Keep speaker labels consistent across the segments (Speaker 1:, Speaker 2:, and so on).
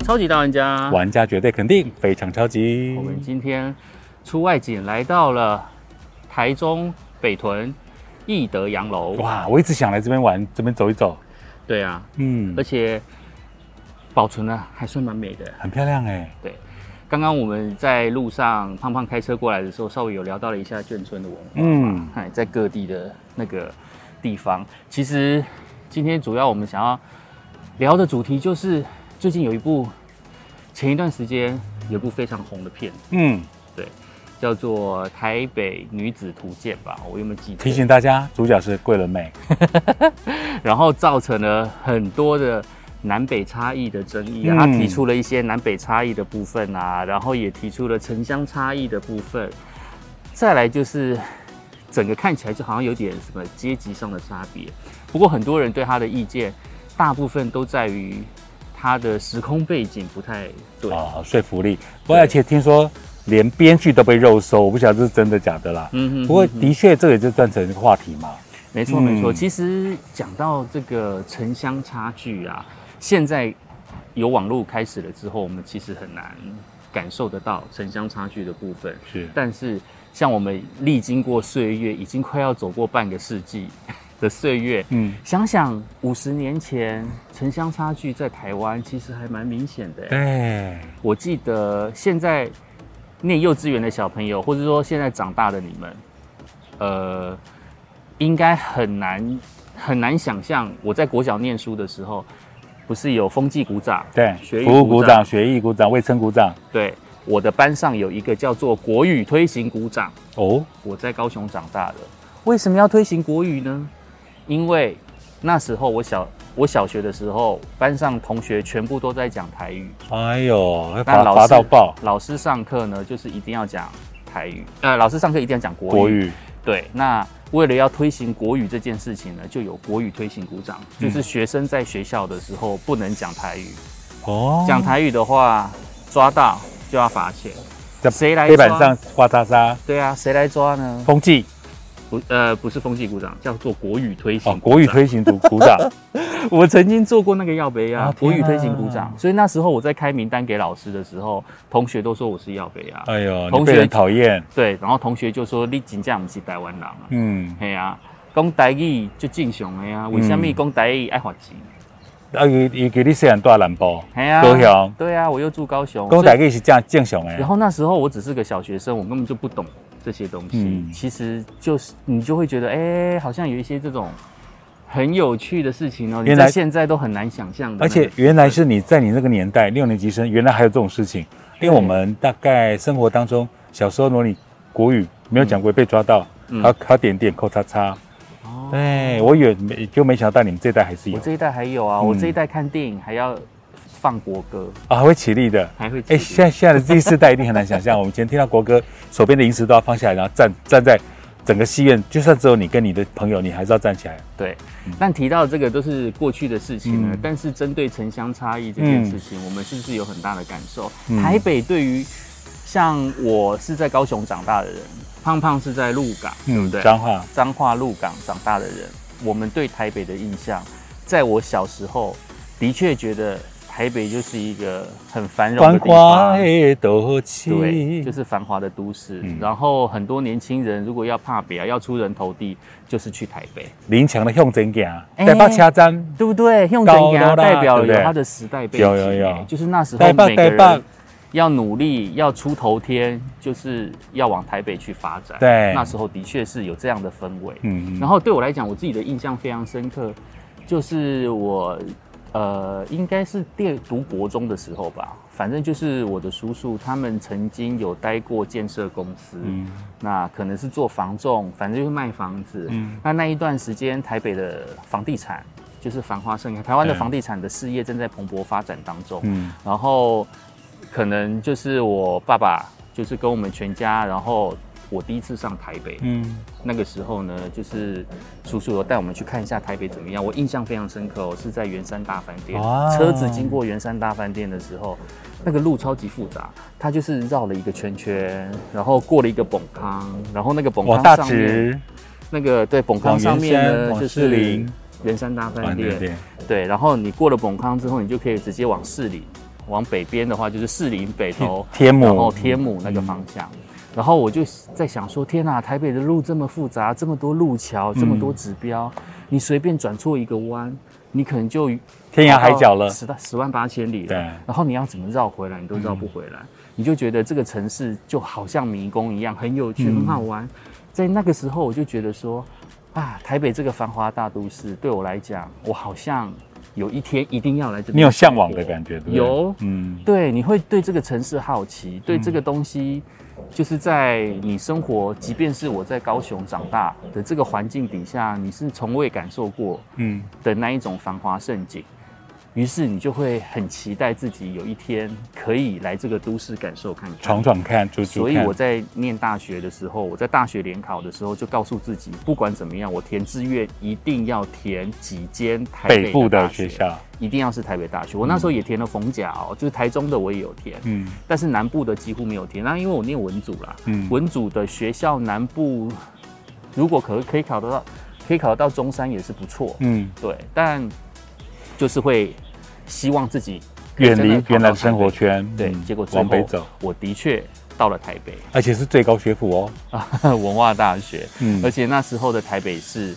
Speaker 1: 超级大玩家，
Speaker 2: 玩家绝对肯定非常超级
Speaker 1: 我。们今天出外景来到了台中北屯益德洋楼。
Speaker 2: 哇，我一直想来这边玩，这边走一走。
Speaker 1: 对啊，
Speaker 2: 嗯
Speaker 1: 而，且保存的还算蛮美的。
Speaker 2: 很漂亮哎。
Speaker 1: 刚刚我们在路上，胖胖开车过来的时候，稍微有聊到了一下眷村的文化。
Speaker 2: 嗯，
Speaker 1: 哎，在各地的那个地方。其实今天主要我们想要聊的主题就是最近有一部，前一段时间有一部非常红的片，
Speaker 2: 嗯，
Speaker 1: 叫做《台北女子图鉴》吧，我有没有记错？
Speaker 2: 提醒大家，主角是桂纶镁。
Speaker 1: 然后造成了很多的南北差异的争议啊，
Speaker 2: 嗯
Speaker 1: 他提出了一些南北差异的部分啊，然后也提出了城乡差异的部分，再来就是整个看起来就好像有点什么阶级上的差别。不过很多人对他的意见，大部分都在于他的时空背景不太对。
Speaker 2: 啊、说服力。不过而且听说连编剧都被肉搜，我不晓得这是真的假的啦。
Speaker 1: 嗯哼
Speaker 2: 不过的确，这也就转成一个话题嘛。
Speaker 1: 没错没错，
Speaker 2: 嗯
Speaker 1: 其实讲到这个城乡差距啊，现在有网络开始了之后，我们其实很难感受得到城乡差距的部分。
Speaker 2: 是
Speaker 1: 但是像我们历经过岁月，已经快要走过半个世纪的岁月，
Speaker 2: 嗯，
Speaker 1: 想想五十年前城乡差距在台湾其实还蛮明显的欸。
Speaker 2: 对，
Speaker 1: 我记得现在念幼稚园的小朋友，或者说现在长大的你们，呃，应该很难很难想象，我在国小念书的时候，不是有风纪鼓掌？学
Speaker 2: 对，
Speaker 1: 艺
Speaker 2: 服务
Speaker 1: 鼓
Speaker 2: 鼓
Speaker 1: 掌
Speaker 2: 掌、学艺鼓掌、卫生鼓掌。
Speaker 1: 对，我的班上有一个叫做国语推行鼓掌，
Speaker 2: 哦，
Speaker 1: 我在高雄长大的，为什么要推行国语呢？因为那时候我小我小学的时候，班上同学全部都在讲台语。
Speaker 2: 哎呦，
Speaker 1: 那
Speaker 2: 罚
Speaker 1: 老
Speaker 2: 罚
Speaker 1: 师
Speaker 2: 到爆，
Speaker 1: 老师上课呢，就是一定要讲台语，呃，老师上课一定要讲国语。
Speaker 2: 嗯国语
Speaker 1: 对，那为了要推行国语这件事情呢，就有国语推行鼓掌，
Speaker 2: 嗯
Speaker 1: 就是学生在学校的时候不能讲台语，
Speaker 2: 哦，
Speaker 1: 讲台语的话抓到就要罚钱。
Speaker 2: 在
Speaker 1: 谁来
Speaker 2: 黑板
Speaker 1: 抓
Speaker 2: 上画叉叉，
Speaker 1: 对啊，谁来抓呢？
Speaker 2: 风纪
Speaker 1: 不，呃，不是风纪鼓掌，叫做国语推行、
Speaker 2: 哦，国语，推行鼓鼓掌，
Speaker 1: 我曾经做过那个耀北亚、
Speaker 2: 啊
Speaker 1: 国语
Speaker 2: 天啊
Speaker 1: 推行鼓掌，所以那时候我在开名单给老师的时候，同学都说我是耀北亚。
Speaker 2: 哎呦，
Speaker 1: 同
Speaker 2: 你
Speaker 1: 学
Speaker 2: 被人讨厌，
Speaker 1: 对，然后同学就说你真正不是台湾人啊。
Speaker 2: 嗯，
Speaker 1: 嘿啊，讲台语就正常的啊，为什么讲台语爱罚钱？
Speaker 2: 啊，有有给你虽然大蓝包，
Speaker 1: 嘿啊，
Speaker 2: 高雄
Speaker 1: 对啊，我又住高雄，
Speaker 2: 跟我打
Speaker 1: 所以
Speaker 2: 个是这样正常哎
Speaker 1: 然，后那时候我只是个小学生，我根本就不懂这些东西。
Speaker 2: 嗯
Speaker 1: 其实就是你就会觉得，哎、好像有一些这种很有趣的事情哦、你
Speaker 2: 原
Speaker 1: 在
Speaker 2: 来
Speaker 1: 现在都很难想象的那
Speaker 2: 而
Speaker 1: 个。
Speaker 2: 且原来是你在你那个年代六年级生，原来还有这种事情。因为我们大概生活当中，小时候如果你国语没有讲过被抓到，
Speaker 1: 嗯
Speaker 2: 还还点点扣叉叉。
Speaker 1: 哦
Speaker 2: 对，我也没就没想到你们这代还是有
Speaker 1: 我这一代还有啊，我这一代看电影还要放国歌，
Speaker 2: 啊，还会起立的。
Speaker 1: 还会起
Speaker 2: 哎，
Speaker 1: 立
Speaker 2: 现在现在的 Z 世代一定很难想象，我们以前听到国歌，手边的零食都要放下来，然后站站在整个戏院，就算只有你跟你的朋友，你还是要站起来。
Speaker 1: 对，但提到这个都是过去的事情了。
Speaker 2: 嗯
Speaker 1: 但是针对城乡差异这件事情，我们是不是有很大的感受？
Speaker 2: 嗯
Speaker 1: 台北对于像我是在高雄长大的人，胖胖是在鹿港，对嗯不对？
Speaker 2: 脏话，
Speaker 1: 彰化鹿港长大的人，我们对台北的印象，在我小时候的确觉得台北就是一个很繁荣
Speaker 2: 繁
Speaker 1: 的地
Speaker 2: 花
Speaker 1: 方。
Speaker 2: 黑斗气。
Speaker 1: 对，就是繁华的都市。
Speaker 2: 嗯
Speaker 1: 然后很多年轻人如果要怕北啊，要出人头地，就是去台北。
Speaker 2: 林强的向前行，啊
Speaker 1: 哎
Speaker 2: 台北车站
Speaker 1: 对不对？用整给它
Speaker 2: 高楼啦
Speaker 1: 代表了
Speaker 2: 对不
Speaker 1: 有
Speaker 2: 对
Speaker 1: 它的时代背景，
Speaker 2: 有有有
Speaker 1: 就是那时候
Speaker 2: 台北
Speaker 1: 每个
Speaker 2: 台
Speaker 1: 人
Speaker 2: 北
Speaker 1: 要努力，要出头天，就是要往台北去发展。
Speaker 2: 对
Speaker 1: 那时候的确是有这样的氛围。
Speaker 2: 嗯
Speaker 1: 然后对我来讲，我自己的印象非常深刻，就是我呃，应该是电读国中的时候吧，反正就是我的叔叔他们曾经有待过建设公司，
Speaker 2: 嗯
Speaker 1: 那可能是做房仲，反正就是卖房子。
Speaker 2: 嗯
Speaker 1: 那那一段时间，台北的房地产就是繁花盛开，台湾的
Speaker 2: 嗯
Speaker 1: 房地产的事业正在蓬勃发展当中。
Speaker 2: 嗯，
Speaker 1: 然后可能就是我爸爸，就是跟我们全家，然后我第一次上台北，
Speaker 2: 嗯，
Speaker 1: 那个时候呢，就是叔叔有带我们去看一下台北怎么样。我印象非常深刻哦，是在圆山大饭店，
Speaker 2: 哇哦
Speaker 1: 车子经过圆山大饭店的时候，那个路超级复杂，它就是绕了一个圈圈，然后过了一个崩康，然后那个崩康
Speaker 2: 往大
Speaker 1: 上面
Speaker 2: 直，
Speaker 1: 那个对崩康
Speaker 2: 往
Speaker 1: 上
Speaker 2: 圆
Speaker 1: 面
Speaker 2: 山，
Speaker 1: 呢
Speaker 2: 往
Speaker 1: 就
Speaker 2: 士
Speaker 1: 是
Speaker 2: 林，
Speaker 1: 圆山大饭
Speaker 2: 往
Speaker 1: 店
Speaker 2: 对，对，
Speaker 1: 对，然后你过了崩康之后，你就可以直接往市里。往北边的话就是士林北投、
Speaker 2: 天母
Speaker 1: 然后天母那个方向。然后我就在想说，天呐，台北的路这么复杂，这么多路桥，这么多指标，你随便转错一个弯，你可能就
Speaker 2: 天涯海角了。
Speaker 1: 十到十万八千里了。
Speaker 2: 对
Speaker 1: 然后你要怎么绕回来，你都绕不回来，你就觉得这个城市就好像迷宫一样，很有趣，很好玩。在那个时候，我就觉得说，啊，台北这个繁华大都市对我来讲，我好像有一天一定要来这边。
Speaker 2: 你有向往的感觉，对不对？
Speaker 1: 有
Speaker 2: 嗯，
Speaker 1: 对，你会对这个城市好奇，对这个东西，就是在你生活，即便是我在高雄长大的这个环境底下，你是从未感受过
Speaker 2: 嗯，
Speaker 1: 的那一种繁华盛景，于是你就会很期待自己有一天可以来这个都市感受看看。
Speaker 2: 闯闯看，住住
Speaker 1: 所以
Speaker 2: 看
Speaker 1: 我。在念大学的时候，我在大学联考的时候就告诉自己，不管怎么样，我填志愿一定要填几间台
Speaker 2: 北
Speaker 1: 的
Speaker 2: 部的
Speaker 1: 大
Speaker 2: 学
Speaker 1: 学，
Speaker 2: 校，
Speaker 1: 一定要是台北大学。我那时候也填了逢甲哦，就是台中的我也有填，
Speaker 2: 嗯，
Speaker 1: 但是南部的几乎没有填。那因为我念文组啦，
Speaker 2: 嗯
Speaker 1: 文组的学校南部如果可可以考得到，可以考得到中山也是不错，
Speaker 2: 嗯，
Speaker 1: 对，但就是会希望自己可以
Speaker 2: 远
Speaker 1: 真的
Speaker 2: 离
Speaker 1: 考
Speaker 2: 原来
Speaker 1: 到
Speaker 2: 的生
Speaker 1: 台北
Speaker 2: 活圈，
Speaker 1: 对，
Speaker 2: 嗯
Speaker 1: 结果最
Speaker 2: 往
Speaker 1: 后
Speaker 2: 北走，
Speaker 1: 我的确到了台北
Speaker 2: 而且是最高学府哦，
Speaker 1: 啊，文化大学，
Speaker 2: 嗯
Speaker 1: 而且那时候的台北市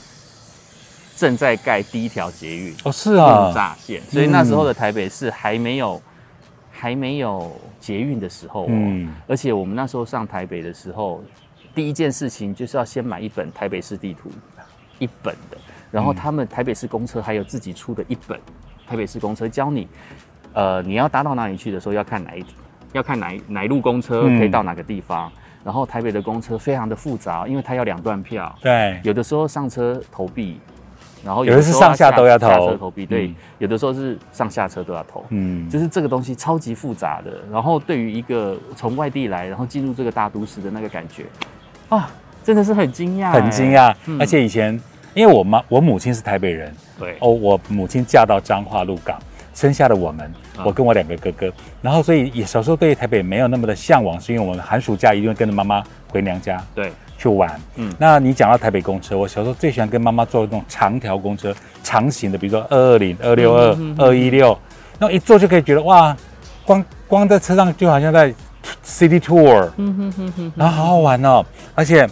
Speaker 1: 正在盖第一条捷运
Speaker 2: 哦，是
Speaker 1: 木
Speaker 2: 啊，
Speaker 1: 栅线，所以那时候的台北市还没有还没有捷运的时候、哦，
Speaker 2: 嗯
Speaker 1: 而且我们那时候上台北的时候，第一件事情就是要先买一本台北市地图，一本的。然后他们台北市公车还有自己出的一本台北市公车，教你，呃，你要搭到哪里去的时候要看哪一，要看哪一哪一路公车
Speaker 2: 嗯
Speaker 1: 可以到哪个地方。然后台北的公车非常的复杂，因为它要两段票，
Speaker 2: 对，
Speaker 1: 有的时候上车投币，然后
Speaker 2: 有
Speaker 1: 的
Speaker 2: 的是
Speaker 1: 时候
Speaker 2: 上下都要投
Speaker 1: 下车投币，对，
Speaker 2: 嗯
Speaker 1: 有的时候是上下车都要投，
Speaker 2: 嗯，
Speaker 1: 就是这个东西超级复杂的。然后对于一个从外地来，然后进入这个大都市的那个感觉，啊，真的是很惊讶、
Speaker 2: 很惊，讶
Speaker 1: 嗯，
Speaker 2: 啊而且以前因为我妈我母亲是台北人，
Speaker 1: 对，
Speaker 2: 哦，我母亲嫁到彰化鹿港，生下了我们，
Speaker 1: 啊
Speaker 2: 我跟我两个哥哥。然后，所以也小时候对台北没有那么的向往，是因为我们寒暑假一定会跟着妈妈回娘家
Speaker 1: 对，
Speaker 2: 去玩。
Speaker 1: 嗯
Speaker 2: 嗯，那你讲到台北公车，我小时候最喜欢跟妈妈坐那种长条公车，长型的，比如说二二零、二六二
Speaker 1: 嗯嗯、
Speaker 2: 二一六，那一坐就可以觉得哇，光光在车上就好像在 city tour，
Speaker 1: 嗯哼哼哼，
Speaker 2: 然后好好玩哦，而且。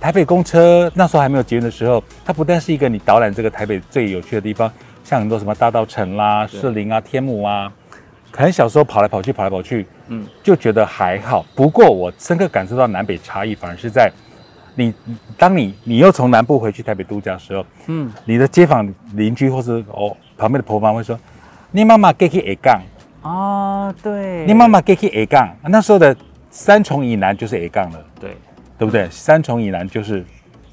Speaker 2: 台北公车那时候还没有捷运的时候，它不但是一个你导览这个台北最有趣的地方，像很多什么大道城啦、
Speaker 1: 对
Speaker 2: 士林啊、天母啊，可能小时候跑来跑去、跑来跑去，
Speaker 1: 嗯
Speaker 2: 嗯，就觉得还好。不过我深刻感受到南北差异，反而是在你当你你又从南部回去台北度假的时候，
Speaker 1: 嗯，
Speaker 2: 你的街坊邻居或是哦旁边的婆妈会说：“你妈妈给去 A 杠，
Speaker 1: 啊，对，
Speaker 2: 你妈妈给去 A 杠。”那时候的三重以南就是 A 杠了。
Speaker 1: 对，
Speaker 2: 对不对？三重以南就是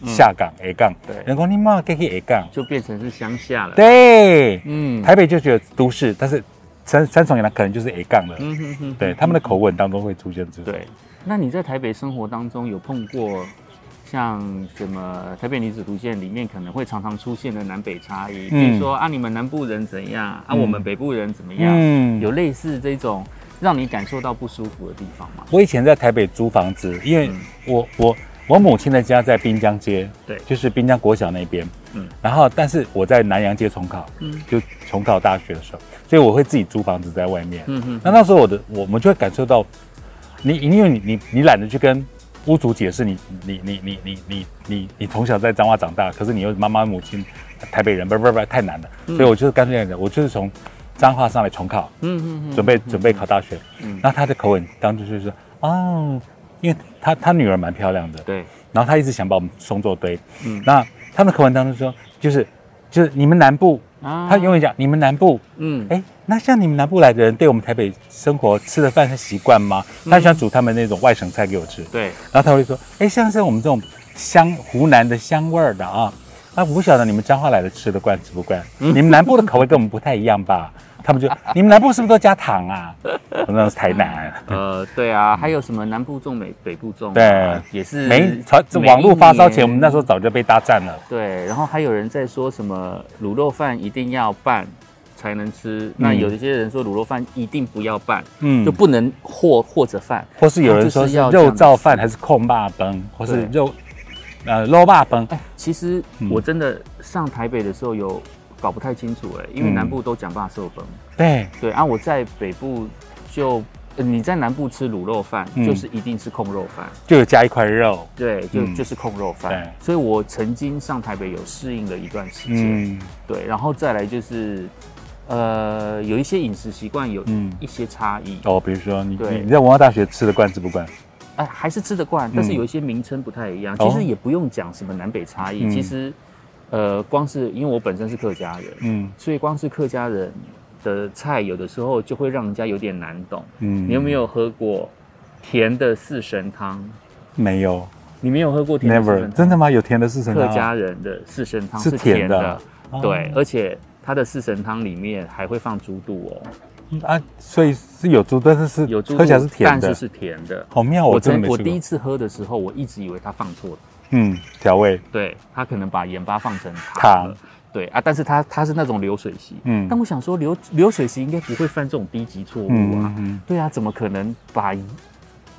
Speaker 2: 下港、A 港，
Speaker 1: 嗯对
Speaker 2: 人工你妈可以 A 港，
Speaker 1: 就变成是乡下了，，
Speaker 2: 对，
Speaker 1: 嗯，
Speaker 2: 台北就觉得都市，但是三三重以南可能就是 A 港了。
Speaker 1: 嗯哼哼，
Speaker 2: 对，他们的口吻当中会出现这种，
Speaker 1: 对。那你在台北生活当中有碰过？像什么台北女子图鉴里面可能会常常出现的南北差异，比如
Speaker 2: 嗯
Speaker 1: 说啊你们南部人怎样啊
Speaker 2: 嗯
Speaker 1: 我们北部人怎么样，
Speaker 2: 嗯，
Speaker 1: 有类似这种让你感受到不舒服的地方吗？
Speaker 2: 我以前在台北租房子，因为我我我母亲的家在滨江街，
Speaker 1: 对
Speaker 2: 就是滨江国小那边，
Speaker 1: 嗯
Speaker 2: 嗯，然后但是我在南洋街重考，
Speaker 1: 嗯
Speaker 2: 就重考大学的时候，所以我会自己租房子在外面，
Speaker 1: 嗯哼，
Speaker 2: 那那时候我的我们就会感受到，你因为你你你懒得去跟屋主解释你你你你你你你你从小在彰化长大，可是你又妈妈母亲台北人，不不不太难了，所以我就是干脆这样讲，我就是从彰化上来重考，
Speaker 1: 嗯哼
Speaker 2: 准备准备考大学。
Speaker 1: 嗯
Speaker 2: 那他的口吻当中就是说哦，因为他他女儿蛮漂亮的，
Speaker 1: 对，
Speaker 2: 然后他一直想把我们送作堆，
Speaker 1: 嗯
Speaker 2: 那他们口吻当中说就是就是你们南部，
Speaker 1: 啊
Speaker 2: 他永远讲你们南部
Speaker 1: 嗯
Speaker 2: 哎，那像你们南部来的人，对我们台北生活吃的饭是习惯吗？
Speaker 1: 嗯
Speaker 2: 他喜欢煮他们那种外省菜给我吃，
Speaker 1: 对，
Speaker 2: 然后他会说，哎，像是我们这种香湖南的香味儿的啊，啊，我不晓得你们彰化来的吃得惯吃不惯，
Speaker 1: 嗯
Speaker 2: 你们南部的口味跟我们不太一样吧？他们就，你们南部是不是都加糖啊？我那是台南，
Speaker 1: 呃，对啊，还有什么南部种美北部种啊，
Speaker 2: 对
Speaker 1: 也是
Speaker 2: 没传
Speaker 1: 每一
Speaker 2: 网络发烧前，
Speaker 1: 年
Speaker 2: 我们那时候早就被大战了。
Speaker 1: 对，然后还有人在说什么卤肉饭一定要拌才能吃，那
Speaker 2: 嗯
Speaker 1: 有一些人说卤肉饭一定不要拌，
Speaker 2: 嗯
Speaker 1: 就不能和和着饭，
Speaker 2: 或是有人说
Speaker 1: 就是
Speaker 2: 是
Speaker 1: 要这样
Speaker 2: 肉燥饭还是控霸崩，或是
Speaker 1: 对
Speaker 2: 肉，呃，肉霸崩，
Speaker 1: 哎，其实我真的上台北的时候有搞不太清楚哎、因为
Speaker 2: 嗯
Speaker 1: 南部都讲霸寿崩，
Speaker 2: 对，
Speaker 1: 对啊，我在北部就。呃你在南部吃卤肉饭，
Speaker 2: 嗯
Speaker 1: 就是一定是控肉饭，
Speaker 2: 就有加一块肉，
Speaker 1: 对，就、
Speaker 2: 嗯
Speaker 1: 就是控肉饭
Speaker 2: 对。
Speaker 1: 所以我曾经上台北有适应了一段时间，
Speaker 2: 嗯
Speaker 1: 对，然后再来就是，呃，有一些饮食习惯有
Speaker 2: 嗯
Speaker 1: 一些差异，
Speaker 2: 哦，比如说你
Speaker 1: 对
Speaker 2: 你在文化大学吃得惯吃不惯？
Speaker 1: 哎，还是吃得惯，但是
Speaker 2: 嗯
Speaker 1: 有一些名称不太一样。
Speaker 2: 哦
Speaker 1: 其实也不用讲什么南北差异，
Speaker 2: 嗯
Speaker 1: 其实，呃，光是因为我本身是客家人，
Speaker 2: 嗯
Speaker 1: 所以光是客家人的菜，有的时候就会让人家有点难懂。
Speaker 2: 嗯，
Speaker 1: 你有没有喝过甜的四神汤？
Speaker 2: 没有
Speaker 1: 你没有喝过甜的四神
Speaker 2: ？Never，
Speaker 1: 汤？
Speaker 2: 真的吗？有甜的是什么？
Speaker 1: 客家人的四神汤
Speaker 2: 是
Speaker 1: 是甜
Speaker 2: 甜的哦
Speaker 1: 的，对，而且它的四神汤里面还会放猪肚哦，
Speaker 2: 啊，所以是有猪，但是是
Speaker 1: 有猪肚
Speaker 2: 喝起来是甜
Speaker 1: 但
Speaker 2: 的
Speaker 1: 是，是甜的。
Speaker 2: 好妙，我真的
Speaker 1: 曾
Speaker 2: 没
Speaker 1: 我
Speaker 2: 吃
Speaker 1: 第一
Speaker 2: 过。
Speaker 1: 次喝的时候，我一直以为它放错了。
Speaker 2: 嗯，调味，
Speaker 1: 对他可能把盐巴放成糖
Speaker 2: 糖
Speaker 1: 了，对啊，但是他他是那种流水席，
Speaker 2: 嗯
Speaker 1: 但我想说流流水席应该不会犯这种低级错误
Speaker 2: 嗯
Speaker 1: 啊，
Speaker 2: 嗯嗯，
Speaker 1: 对啊，怎么可能把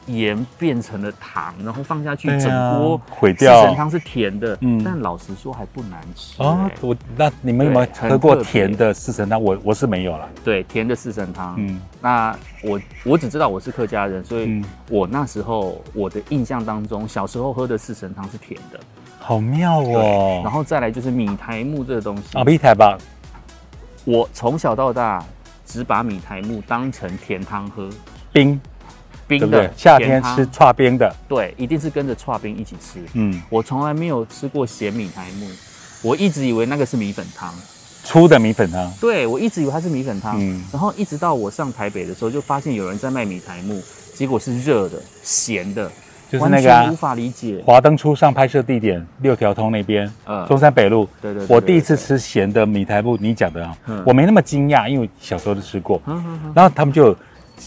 Speaker 1: 盐变成了糖，然后放下去
Speaker 2: 对啊
Speaker 1: 整锅
Speaker 2: 毁
Speaker 1: 四
Speaker 2: 掉
Speaker 1: 神汤是甜的，
Speaker 2: 嗯
Speaker 1: 但老实说还不难吃
Speaker 2: 哦
Speaker 1: 欸，
Speaker 2: 我那你们有没有
Speaker 1: 对很
Speaker 2: 喝过
Speaker 1: 特别
Speaker 2: 甜的四神汤？我我是没有了。
Speaker 1: 对，甜的四神汤，
Speaker 2: 嗯
Speaker 1: 那我我只知道我是客家人，所以
Speaker 2: 嗯
Speaker 1: 我那时候我的印象当中，小时候喝的四神汤是甜的，
Speaker 2: 好妙哦。
Speaker 1: 然后再来就是米苔木这个东西
Speaker 2: 啊，米苔吧，
Speaker 1: 我从小到大只把米苔木当成甜汤喝，
Speaker 2: 冰，
Speaker 1: 冰
Speaker 2: 对
Speaker 1: 的
Speaker 2: 不对？夏
Speaker 1: 甜
Speaker 2: 天
Speaker 1: 汤
Speaker 2: 吃串冰的，
Speaker 1: 对，一定是跟着刨冰一起吃。
Speaker 2: 嗯，
Speaker 1: 我从来没有吃过咸米苔木，我一直以为那个是米粉汤，
Speaker 2: 粗的米粉汤，
Speaker 1: 对我一直以为它是米粉汤，
Speaker 2: 嗯
Speaker 1: 然后一直到我上台北的时候，就发现有人在卖米苔木，结果是热的、咸的，
Speaker 2: 就是那个
Speaker 1: 完全
Speaker 2: 啊
Speaker 1: 无法理解。
Speaker 2: 华灯初上拍摄地点六条通那边，
Speaker 1: 嗯
Speaker 2: 中山北路。
Speaker 1: 对对对
Speaker 2: 我第一次
Speaker 1: 对对
Speaker 2: 吃咸的米苔布，你讲的啊
Speaker 1: 嗯，
Speaker 2: 我没那么惊讶，因为小时候都吃过。
Speaker 1: 嗯嗯嗯
Speaker 2: 然后他们就有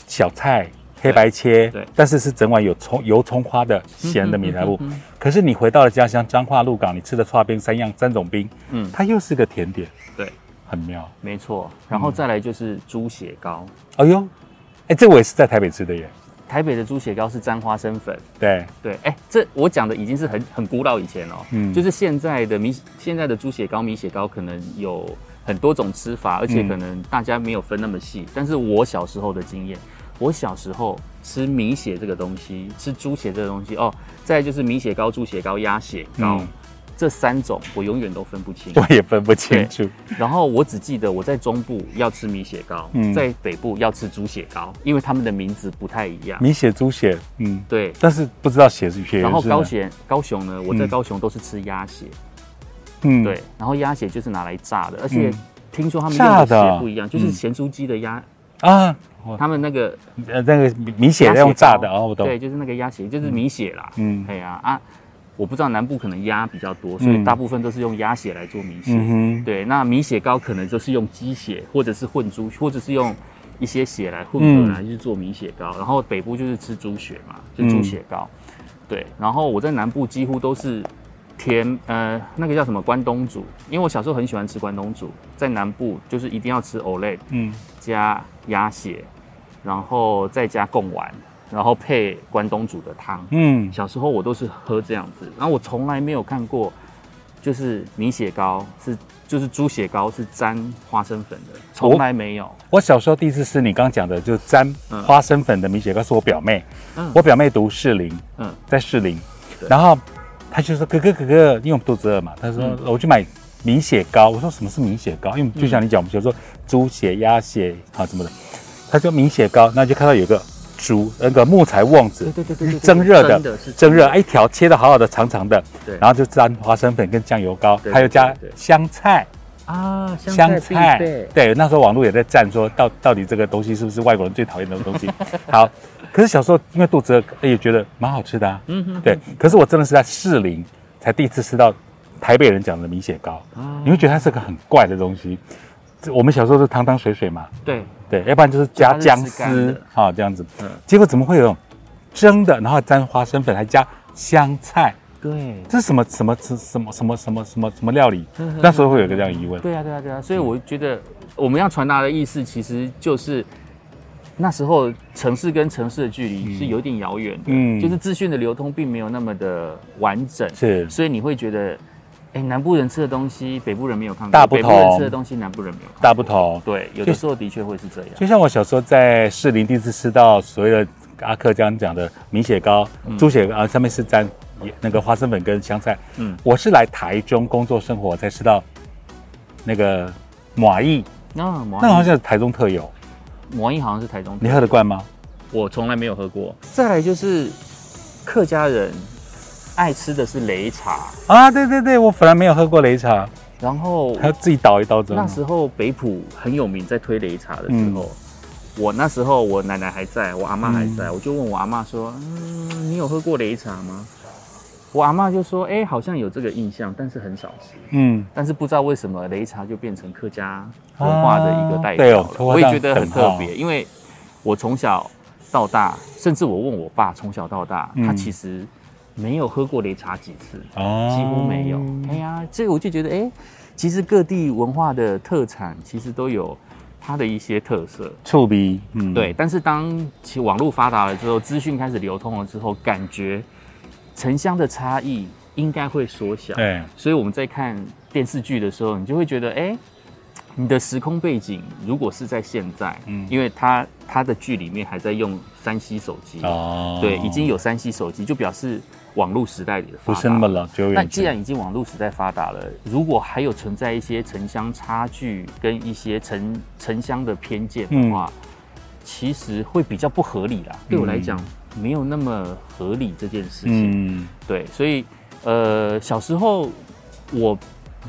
Speaker 2: 小菜黑白切
Speaker 1: 对，
Speaker 2: 但是是整碗有葱油葱花的咸的米苔布
Speaker 1: 嗯嗯嗯嗯。
Speaker 2: 可是你回到了家乡彰化鹿港，你吃的串冰三样三种冰，
Speaker 1: 嗯
Speaker 2: 它又是个甜点，
Speaker 1: 对，
Speaker 2: 很妙。
Speaker 1: 没错。然
Speaker 2: 嗯
Speaker 1: 后再来就是猪血糕，
Speaker 2: 哎呦，哎，这我也是在台北吃的耶。
Speaker 1: 台北的猪血糕是沾花生粉。
Speaker 2: 对，
Speaker 1: 对，哎、这我讲的已经是很很古老以前哦，
Speaker 2: 嗯
Speaker 1: 就是现在的米现在的猪血糕、米血糕可能有很多种吃法，而且
Speaker 2: 嗯
Speaker 1: 可能大家没有分那么细。但是我小时候的经验，我小时候吃米血这个东西，吃猪血这个东西哦，再来就是米血糕、猪血糕、鸭血糕、
Speaker 2: 嗯
Speaker 1: 这三种，我永远都分不清。
Speaker 2: 我也分不清楚。
Speaker 1: 然后我只记得我在中部要吃米血糕，
Speaker 2: 嗯
Speaker 1: 在北部要吃猪血糕，因为他们的名字不太一样。
Speaker 2: 米血、猪血，嗯，
Speaker 1: 对，
Speaker 2: 但是不知道血是血缘
Speaker 1: 然后
Speaker 2: 是
Speaker 1: 高
Speaker 2: 哪，
Speaker 1: 雄高雄呢，我在
Speaker 2: 嗯
Speaker 1: 高雄都是吃鸭血，
Speaker 2: 嗯，
Speaker 1: 对，然后鸭血就是拿来炸的，而且
Speaker 2: 嗯
Speaker 1: 听说他们用
Speaker 2: 炸
Speaker 1: 的
Speaker 2: 的
Speaker 1: 血不一样，就是
Speaker 2: 嗯
Speaker 1: 咸猪鸡的鸭，
Speaker 2: 啊，我
Speaker 1: 他们那个
Speaker 2: 呃那个米米血
Speaker 1: 鸭
Speaker 2: 要用炸的
Speaker 1: 糕
Speaker 2: 哦，我懂，
Speaker 1: 对，就是那个鸭血，就是米血啦，
Speaker 2: 嗯
Speaker 1: 对呀啊，我不知道南部可能鸭比较多，所以
Speaker 2: 嗯
Speaker 1: 大部分都是用鸭血来做米
Speaker 2: 嗯
Speaker 1: 血，
Speaker 2: 哼，
Speaker 1: 对，那米血糕可能就是用鸡血或者是混猪，或者是用。一些血来混合
Speaker 2: 嗯
Speaker 1: 来去做米血糕，然后北部就是吃猪血嘛，就猪血糕。对，然后我在南部几乎都是甜，呃，那个叫什么关东煮，因为我小时候很喜欢吃关东煮，在南部就是一定要吃 Olay
Speaker 2: 嗯，
Speaker 1: 加鸭血，然后再加贡丸，然后配关东煮的汤。
Speaker 2: 嗯，
Speaker 1: 小时候我都是喝这样子，然后我从来没有看过，就是米血糕是就是猪血糕是沾花生粉的，从来没有。
Speaker 2: 我小时候第一次吃你刚讲的，就是沾花生粉的米血糕，是我表妹。
Speaker 1: 嗯
Speaker 2: 我表妹读士林，
Speaker 1: 嗯
Speaker 2: 在士林
Speaker 1: 对，
Speaker 2: 然后她就说：“哥哥哥哥，因为我们肚子饿嘛，她说、
Speaker 1: 嗯
Speaker 2: 我去买米血糕。”我说：“什么是米血糕？”因为就像你讲，我们小时候猪血、鸭血啊什么的，她说米血糕，那就看到有一个猪，那个木材瓮子，
Speaker 1: 对对对对对，对
Speaker 2: 蒸热
Speaker 1: 真
Speaker 2: 的
Speaker 1: 的是，
Speaker 2: 蒸热，一条切的好好的，长长的，
Speaker 1: 对
Speaker 2: 然后就沾花生粉跟酱油膏
Speaker 1: 对，
Speaker 2: 还有加
Speaker 1: 对对对
Speaker 2: 香菜。
Speaker 1: 啊，
Speaker 2: 香菜
Speaker 1: 必备，
Speaker 2: 对，那时候网络也在站说，到到底这个东西是不是外国人最讨厌的东西？好，可是小时候因为肚子饿，也觉得蛮好吃的啊。
Speaker 1: 嗯哼，
Speaker 2: 对，可是我真的是在士林才第一次吃到台北人讲的米血糕，
Speaker 1: 啊
Speaker 2: 你会觉得它是个很怪的东西。这我们小时候是汤汤水水嘛，
Speaker 1: 对，
Speaker 2: 对，要不然就是加
Speaker 1: 就它是
Speaker 2: 姜
Speaker 1: 吃干的
Speaker 2: 丝，好、这样子
Speaker 1: 嗯。
Speaker 2: 结果怎么会有蒸的，然后沾花生粉，还加香菜？
Speaker 1: 对，
Speaker 2: 这是什么什么什什么什么什么什么什么料理
Speaker 1: 嗯哼？
Speaker 2: 那时候会有一个这样的疑问。
Speaker 1: 对啊，对啊，对啊。所以我觉得我们要传达的意思，其实就是那时候城市跟城市的距离是有点遥远的，
Speaker 2: 嗯
Speaker 1: 就是资讯的流通并没有那么的完整，
Speaker 2: 是
Speaker 1: 所以你会觉得。哎，南部人吃的东西，北部人没有看过；
Speaker 2: 大不
Speaker 1: 北部人
Speaker 2: 同
Speaker 1: 吃的东西，南部人没有看过。
Speaker 2: 大不同。
Speaker 1: 对，有的时候的确会是这样。
Speaker 2: 就像我小时候在士林第一次吃到所谓的阿克刚刚讲的米血糕、猪血糕，啊上面是沾也那个花生粉跟香菜。
Speaker 1: 嗯
Speaker 2: 嗯，我是来台中工作生活才吃到那个马意，
Speaker 1: 那魔
Speaker 2: 那好
Speaker 1: 芋，
Speaker 2: 像是台中特有，
Speaker 1: 魔芋好像是台中，
Speaker 2: 你喝得惯吗？
Speaker 1: 我从来没有喝过。再来就是客家人爱吃的是擂茶，
Speaker 2: 啊，对对对，我反而没有喝过擂茶，
Speaker 1: 然后
Speaker 2: 还要自己倒一倒着。
Speaker 1: 那时候北浦很有名，在推擂茶的时
Speaker 2: 嗯
Speaker 1: 候，我那时候我奶奶还在，我阿嬷还
Speaker 2: 嗯
Speaker 1: 在，我就问我阿嬷说：“嗯，你有喝过擂茶吗？”我阿嬷就说：“哎、好像有这个印象，但是很少吃。
Speaker 2: 嗯，
Speaker 1: 但是不知道为什么擂茶就变成客家文化的一个代表
Speaker 2: 啊对
Speaker 1: 了，
Speaker 2: 哦
Speaker 1: 我也觉得很
Speaker 2: 很好
Speaker 1: 特别，因为我从小到大，甚至我问我爸，从小到大，
Speaker 2: 嗯
Speaker 1: 他其实没有喝过擂茶几次。嗯
Speaker 2: 哦
Speaker 1: 几乎没有。哎呀，这个我就觉得，哎，其实各地文化的特产其实都有它的一些特色。
Speaker 2: 醋鼻，嗯，
Speaker 1: 对，，但是当其网络发达了之后，资讯开始流通了之后，感觉城乡的差异应该会缩小。
Speaker 2: 对，
Speaker 1: 所以我们在看电视剧的时候，你就会觉得，哎，你的时空背景如果是在现在，嗯
Speaker 2: 嗯，
Speaker 1: 因为它它的剧里面还在用三 C 手机，
Speaker 2: 哦，
Speaker 1: 对，已经有三 C 手机，就表示网络时代里的发
Speaker 2: 不
Speaker 1: 达
Speaker 2: 是那么老久远。
Speaker 1: 那既然已经网络时代发达了，如果还有存在一些城乡差距跟一些城城乡的偏见的话，
Speaker 2: 嗯
Speaker 1: 其实会比较不合理啦。对我来讲，没有那么合理这件事情。
Speaker 2: 嗯，
Speaker 1: 对，所以呃，小时候我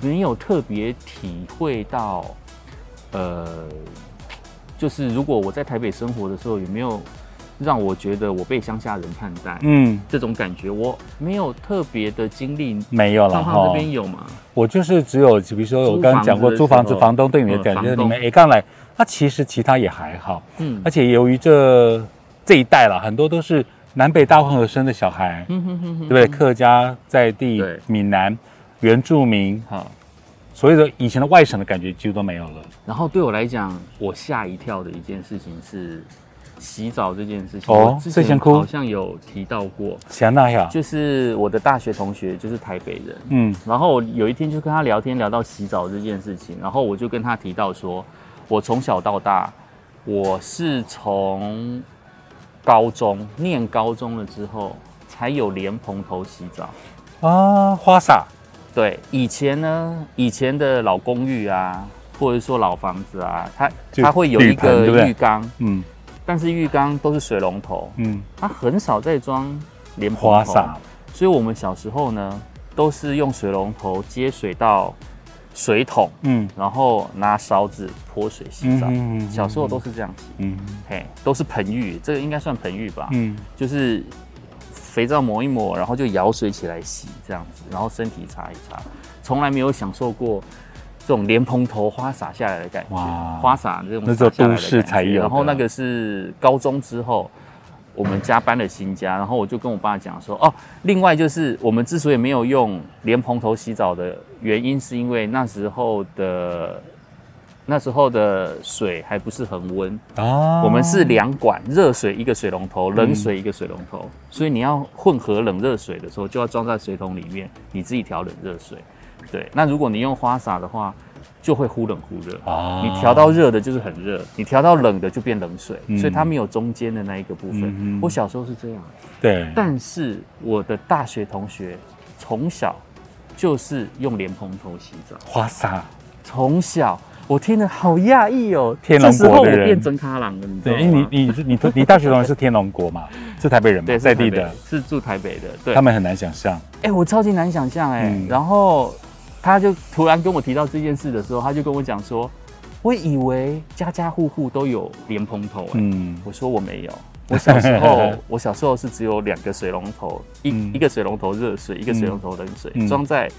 Speaker 1: 没有特别体会到，呃，就是如果我在台北生活的时候，有没有让我觉得我被乡下人看待？
Speaker 2: 嗯，
Speaker 1: 这种感觉，我没有特别的经历。
Speaker 2: 没有了
Speaker 1: 胖
Speaker 2: 哈
Speaker 1: 胖这。边有吗？
Speaker 2: 我就是只有，比如说我刚刚讲过
Speaker 1: 租
Speaker 2: 租
Speaker 1: 房
Speaker 2: 房
Speaker 1: 子的时候
Speaker 2: 子，房东对你的
Speaker 1: 嗯
Speaker 2: 感
Speaker 1: 房
Speaker 2: 觉，
Speaker 1: 东
Speaker 2: 你们也刚来，那其实其他也还好。
Speaker 1: 嗯
Speaker 2: 而且由于这这一代啦，很多都是南北大混合生的小孩，
Speaker 1: 嗯哼哼
Speaker 2: 对
Speaker 1: 哼，
Speaker 2: 不对？客家在地
Speaker 1: 对、
Speaker 2: 闽南、原住民，
Speaker 1: 好。
Speaker 2: 所有的以前的外省的感觉几乎都没有了。
Speaker 1: 然后对我来讲，我吓一跳的一件事情是洗澡这件事情。
Speaker 2: 哦
Speaker 1: 我之
Speaker 2: 最
Speaker 1: 前
Speaker 2: 先哭
Speaker 1: 好像有提到过，
Speaker 2: 像那样，
Speaker 1: 就是我的大学同学就是台北人，
Speaker 2: 嗯，
Speaker 1: 然后我有一天就跟他聊天，聊到洗澡这件事情，然后我就跟他提到说，我从小到大，我是从高中念高中了之后才有莲蓬头洗澡。
Speaker 2: 啊，花洒，
Speaker 1: 对，以前呢，以前的老公寓啊，或者说老房子啊，它
Speaker 2: 就
Speaker 1: 它会有一
Speaker 2: 铝盆对不
Speaker 1: 个
Speaker 2: 对
Speaker 1: 浴缸，
Speaker 2: 嗯
Speaker 1: 但是浴缸都是水龙头，
Speaker 2: 嗯，
Speaker 1: 它很少在装莲蓬头
Speaker 2: 花洒，
Speaker 1: 所以我们小时候呢，都是用水龙头接水到水桶，
Speaker 2: 嗯
Speaker 1: 然后拿勺子泼水洗澡。
Speaker 2: 嗯嗯嗯
Speaker 1: 小时候都是这样洗，
Speaker 2: 嗯
Speaker 1: 嘿，都是盆浴，这个应该算盆浴吧？
Speaker 2: 嗯，
Speaker 1: 就是肥皂抹一抹，然后就舀水起来洗这样子，然后身体擦一擦，从来没有享受过这种莲蓬头花洒下来的感觉
Speaker 2: 哇，
Speaker 1: 花洒这种
Speaker 2: 那只有
Speaker 1: 洒下来的
Speaker 2: 都市才有
Speaker 1: 感觉
Speaker 2: 的
Speaker 1: 然后那个是高中之后。我们家搬了新家，然后我就跟我爸讲说，哦，另外就是我们之所以没有用莲蓬头洗澡的原因，是因为那时候的那时候的水还不是很温，
Speaker 2: 啊，
Speaker 1: 我们是两管，热水一个水龙头，冷水一个水龙头，所以你要混合冷热水的时候，就要装在水桶里面，你自己调冷热水。对，那如果你用花洒的话，就会忽冷忽热。
Speaker 2: 啊
Speaker 1: 你调到热的就是很热，你调到冷的就变冷水，所以它没有中间的那一个部分。
Speaker 2: 嗯嗯哼
Speaker 1: 我小时候是这样，啊
Speaker 2: 对，
Speaker 1: 但是我的大学同学从小就是用莲蓬头洗澡，
Speaker 2: 花洒，
Speaker 1: 从小。我听了好讶异哦！
Speaker 2: 天龙
Speaker 1: 这时候
Speaker 2: 国
Speaker 1: 我
Speaker 2: 的人
Speaker 1: 变真卡郎了，你知道
Speaker 2: 对，
Speaker 1: 吗？
Speaker 2: 因为你你你你大学同学是天龙国 嘛，是台北人嘛，
Speaker 1: 对，
Speaker 2: 在地的，
Speaker 1: 是住台北的，对
Speaker 2: 他。们很难想象。
Speaker 1: 哎、我超级难想象哎、
Speaker 2: 嗯
Speaker 1: 然后他就突然跟我提到这件事的时候，他就跟我讲说，我以为家家户户都有莲蓬头、哎，
Speaker 2: 嗯，
Speaker 1: 我说我没有。我小时 候，我小时候是只有两个水龙头，一、
Speaker 2: 嗯
Speaker 1: 一个水龙头热水，一个水龙头冷水，
Speaker 2: 嗯
Speaker 1: 装在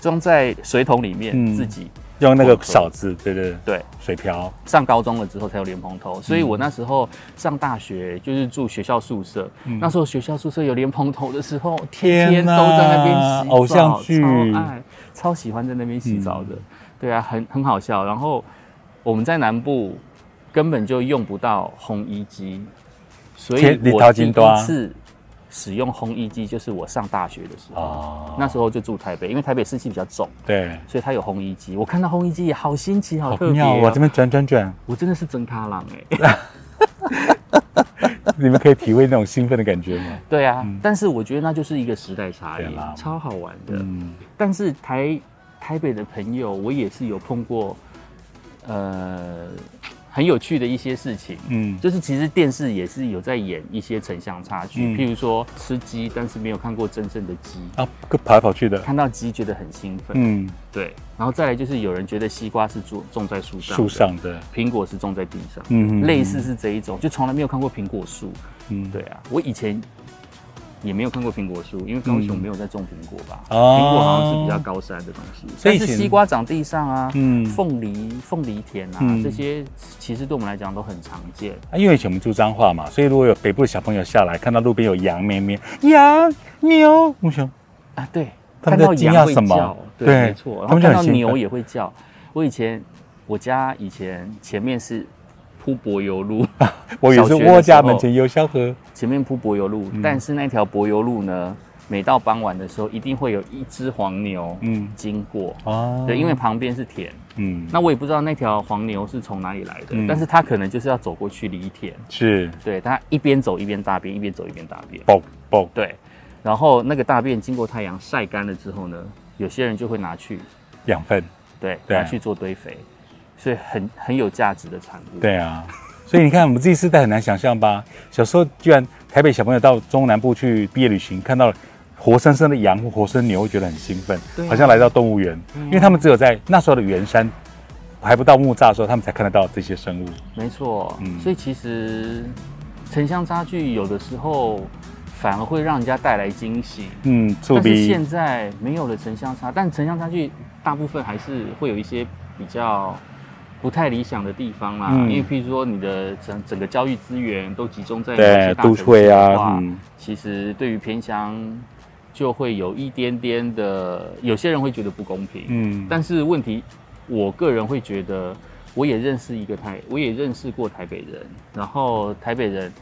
Speaker 1: 装在水桶里面、
Speaker 2: 嗯
Speaker 1: 自己。
Speaker 2: 用那个勺子，对对
Speaker 1: 对，
Speaker 2: 水瓢，
Speaker 1: 上高中了之后才有莲蓬
Speaker 2: 嗯
Speaker 1: 头，所以我那时候上大学就是住学校宿舍，那时候学校宿舍有莲蓬头的时候，天天
Speaker 2: 嗯天
Speaker 1: 都
Speaker 2: 哪
Speaker 1: 在那边洗澡，
Speaker 2: 偶像剧嗯
Speaker 1: 超爱，超喜欢在那边洗澡的，对啊，很很好笑。然后我们在南部根本就用不到烘衣机，所以
Speaker 2: 天你
Speaker 1: 我
Speaker 2: 淘
Speaker 1: 第
Speaker 2: 金
Speaker 1: 一
Speaker 2: 多啊
Speaker 1: 次使用烘衣机，就是我上大学的时候，
Speaker 2: 啊，
Speaker 1: 那时候就住台北，因为台北湿气比较重，
Speaker 2: 对，
Speaker 1: 所以它有烘衣机。我看到烘衣机也好新奇，好
Speaker 2: 好
Speaker 1: 特别、
Speaker 2: 妙哦，
Speaker 1: 哦
Speaker 2: 这边转转转，
Speaker 1: 我真的是真卡郎哎、
Speaker 2: 欸你们可以体会那种兴奋的感觉 吗？
Speaker 1: 对啊，但是我觉得那就是一个时代差
Speaker 2: 嗯对
Speaker 1: 异
Speaker 2: 啦，
Speaker 1: 超好玩的。
Speaker 2: 嗯，
Speaker 1: 但是台台北的朋友，我也是有碰过，呃，很有趣的一些事情。
Speaker 2: 嗯
Speaker 1: 就是其实电视也是有在演一些城乡差距，
Speaker 2: 嗯
Speaker 1: 譬如说吃鸡，但是没有看过真正的鸡，
Speaker 2: 啊，跑来跑去的，
Speaker 1: 看到鸡觉得很兴奋，
Speaker 2: 嗯，
Speaker 1: 对。然后再来就是有人觉得西瓜是啊种种在树上，
Speaker 2: 树，上的，
Speaker 1: 苹果是种在地上，
Speaker 2: 嗯
Speaker 1: 类似，是这一种，就从来没有看过苹果树。
Speaker 2: 嗯
Speaker 1: 对啊，我以前也没有看过苹果树，因为高雄没有在种苹果吧？
Speaker 2: 嗯哦
Speaker 1: 苹、果好像是比较高山的东西，
Speaker 2: 所
Speaker 1: 但
Speaker 2: 以以
Speaker 1: 是
Speaker 2: 前
Speaker 1: 西瓜长地上啊，
Speaker 2: 嗯
Speaker 1: 凤梨凤梨田啊，
Speaker 2: 嗯
Speaker 1: 这些其实对我们来讲都很常见。
Speaker 2: 啊，因为以前我们住彰化嘛，所以如果有北部的小朋友下来，看到路边有羊咩咩、羊、牛，我想
Speaker 1: 啊，对，
Speaker 2: 他
Speaker 1: 看
Speaker 2: 们
Speaker 1: 到
Speaker 2: 在惊
Speaker 1: 羊
Speaker 2: 讶
Speaker 1: 会
Speaker 2: 什么
Speaker 1: 叫，对，
Speaker 2: 对
Speaker 1: 没错。然
Speaker 2: 他
Speaker 1: 后
Speaker 2: 们就
Speaker 1: 看到
Speaker 2: 很兴
Speaker 1: 牛
Speaker 2: 奋
Speaker 1: 也会叫。我以前我家以前前面是铺柏油 路，
Speaker 2: 我以为
Speaker 1: 小
Speaker 2: 是
Speaker 1: 学的时候
Speaker 2: 我家门前有小河，
Speaker 1: 前面铺柏油路，
Speaker 2: 嗯
Speaker 1: 但是那条柏油路呢，每到傍晚的时候，一定会有一只黄牛
Speaker 2: 嗯
Speaker 1: 经过。
Speaker 2: 啊，
Speaker 1: 对，因为旁边是田，
Speaker 2: 嗯，
Speaker 1: 那我也不知道那条黄牛是从哪里来的，
Speaker 2: 嗯
Speaker 1: 但是它可能就是要走过去犁田，
Speaker 2: 是
Speaker 1: 对，它一边走一边大便，一边走一边大便，
Speaker 2: 爆爆
Speaker 1: 对，然后那个大便经过太阳晒干了之后呢，有些人就会拿去
Speaker 2: 养分，
Speaker 1: 对，
Speaker 2: 对啊
Speaker 1: 拿去做堆肥，所以很很有价值的产物。，
Speaker 2: 对啊，所以你看我们自己世代很难想象吧？小时候居然台北小朋友到中南部去毕业旅行，看到活生生的羊或活生牛，会觉得很兴奋，
Speaker 1: 对啊嗯
Speaker 2: 好像来到动物园，因为他们只有在那时候的原山。还不到木栅的时候，他们才看得到这些生物。
Speaker 1: 没错。
Speaker 2: 嗯
Speaker 1: 所以其实城乡差距有的时候反而会让人家带来惊喜，
Speaker 2: 嗯，触
Speaker 1: 但是
Speaker 2: 鼻
Speaker 1: 现在没有了城乡差，但城乡差距大部分还是会有一些比较。不太理想的地方啦，
Speaker 2: 嗯
Speaker 1: 因为譬如说你的整整个教育资源都集中在某
Speaker 2: 对
Speaker 1: 些大
Speaker 2: 都
Speaker 1: 城
Speaker 2: 会
Speaker 1: 市的
Speaker 2: 啊，
Speaker 1: 话，
Speaker 2: 嗯，
Speaker 1: 其实对于偏乡就会有一点点的，有些人会觉得不公平。
Speaker 2: 嗯
Speaker 1: 但是问题，我个人会觉得，我也认识一个台，我也认识过台北人，然后台北人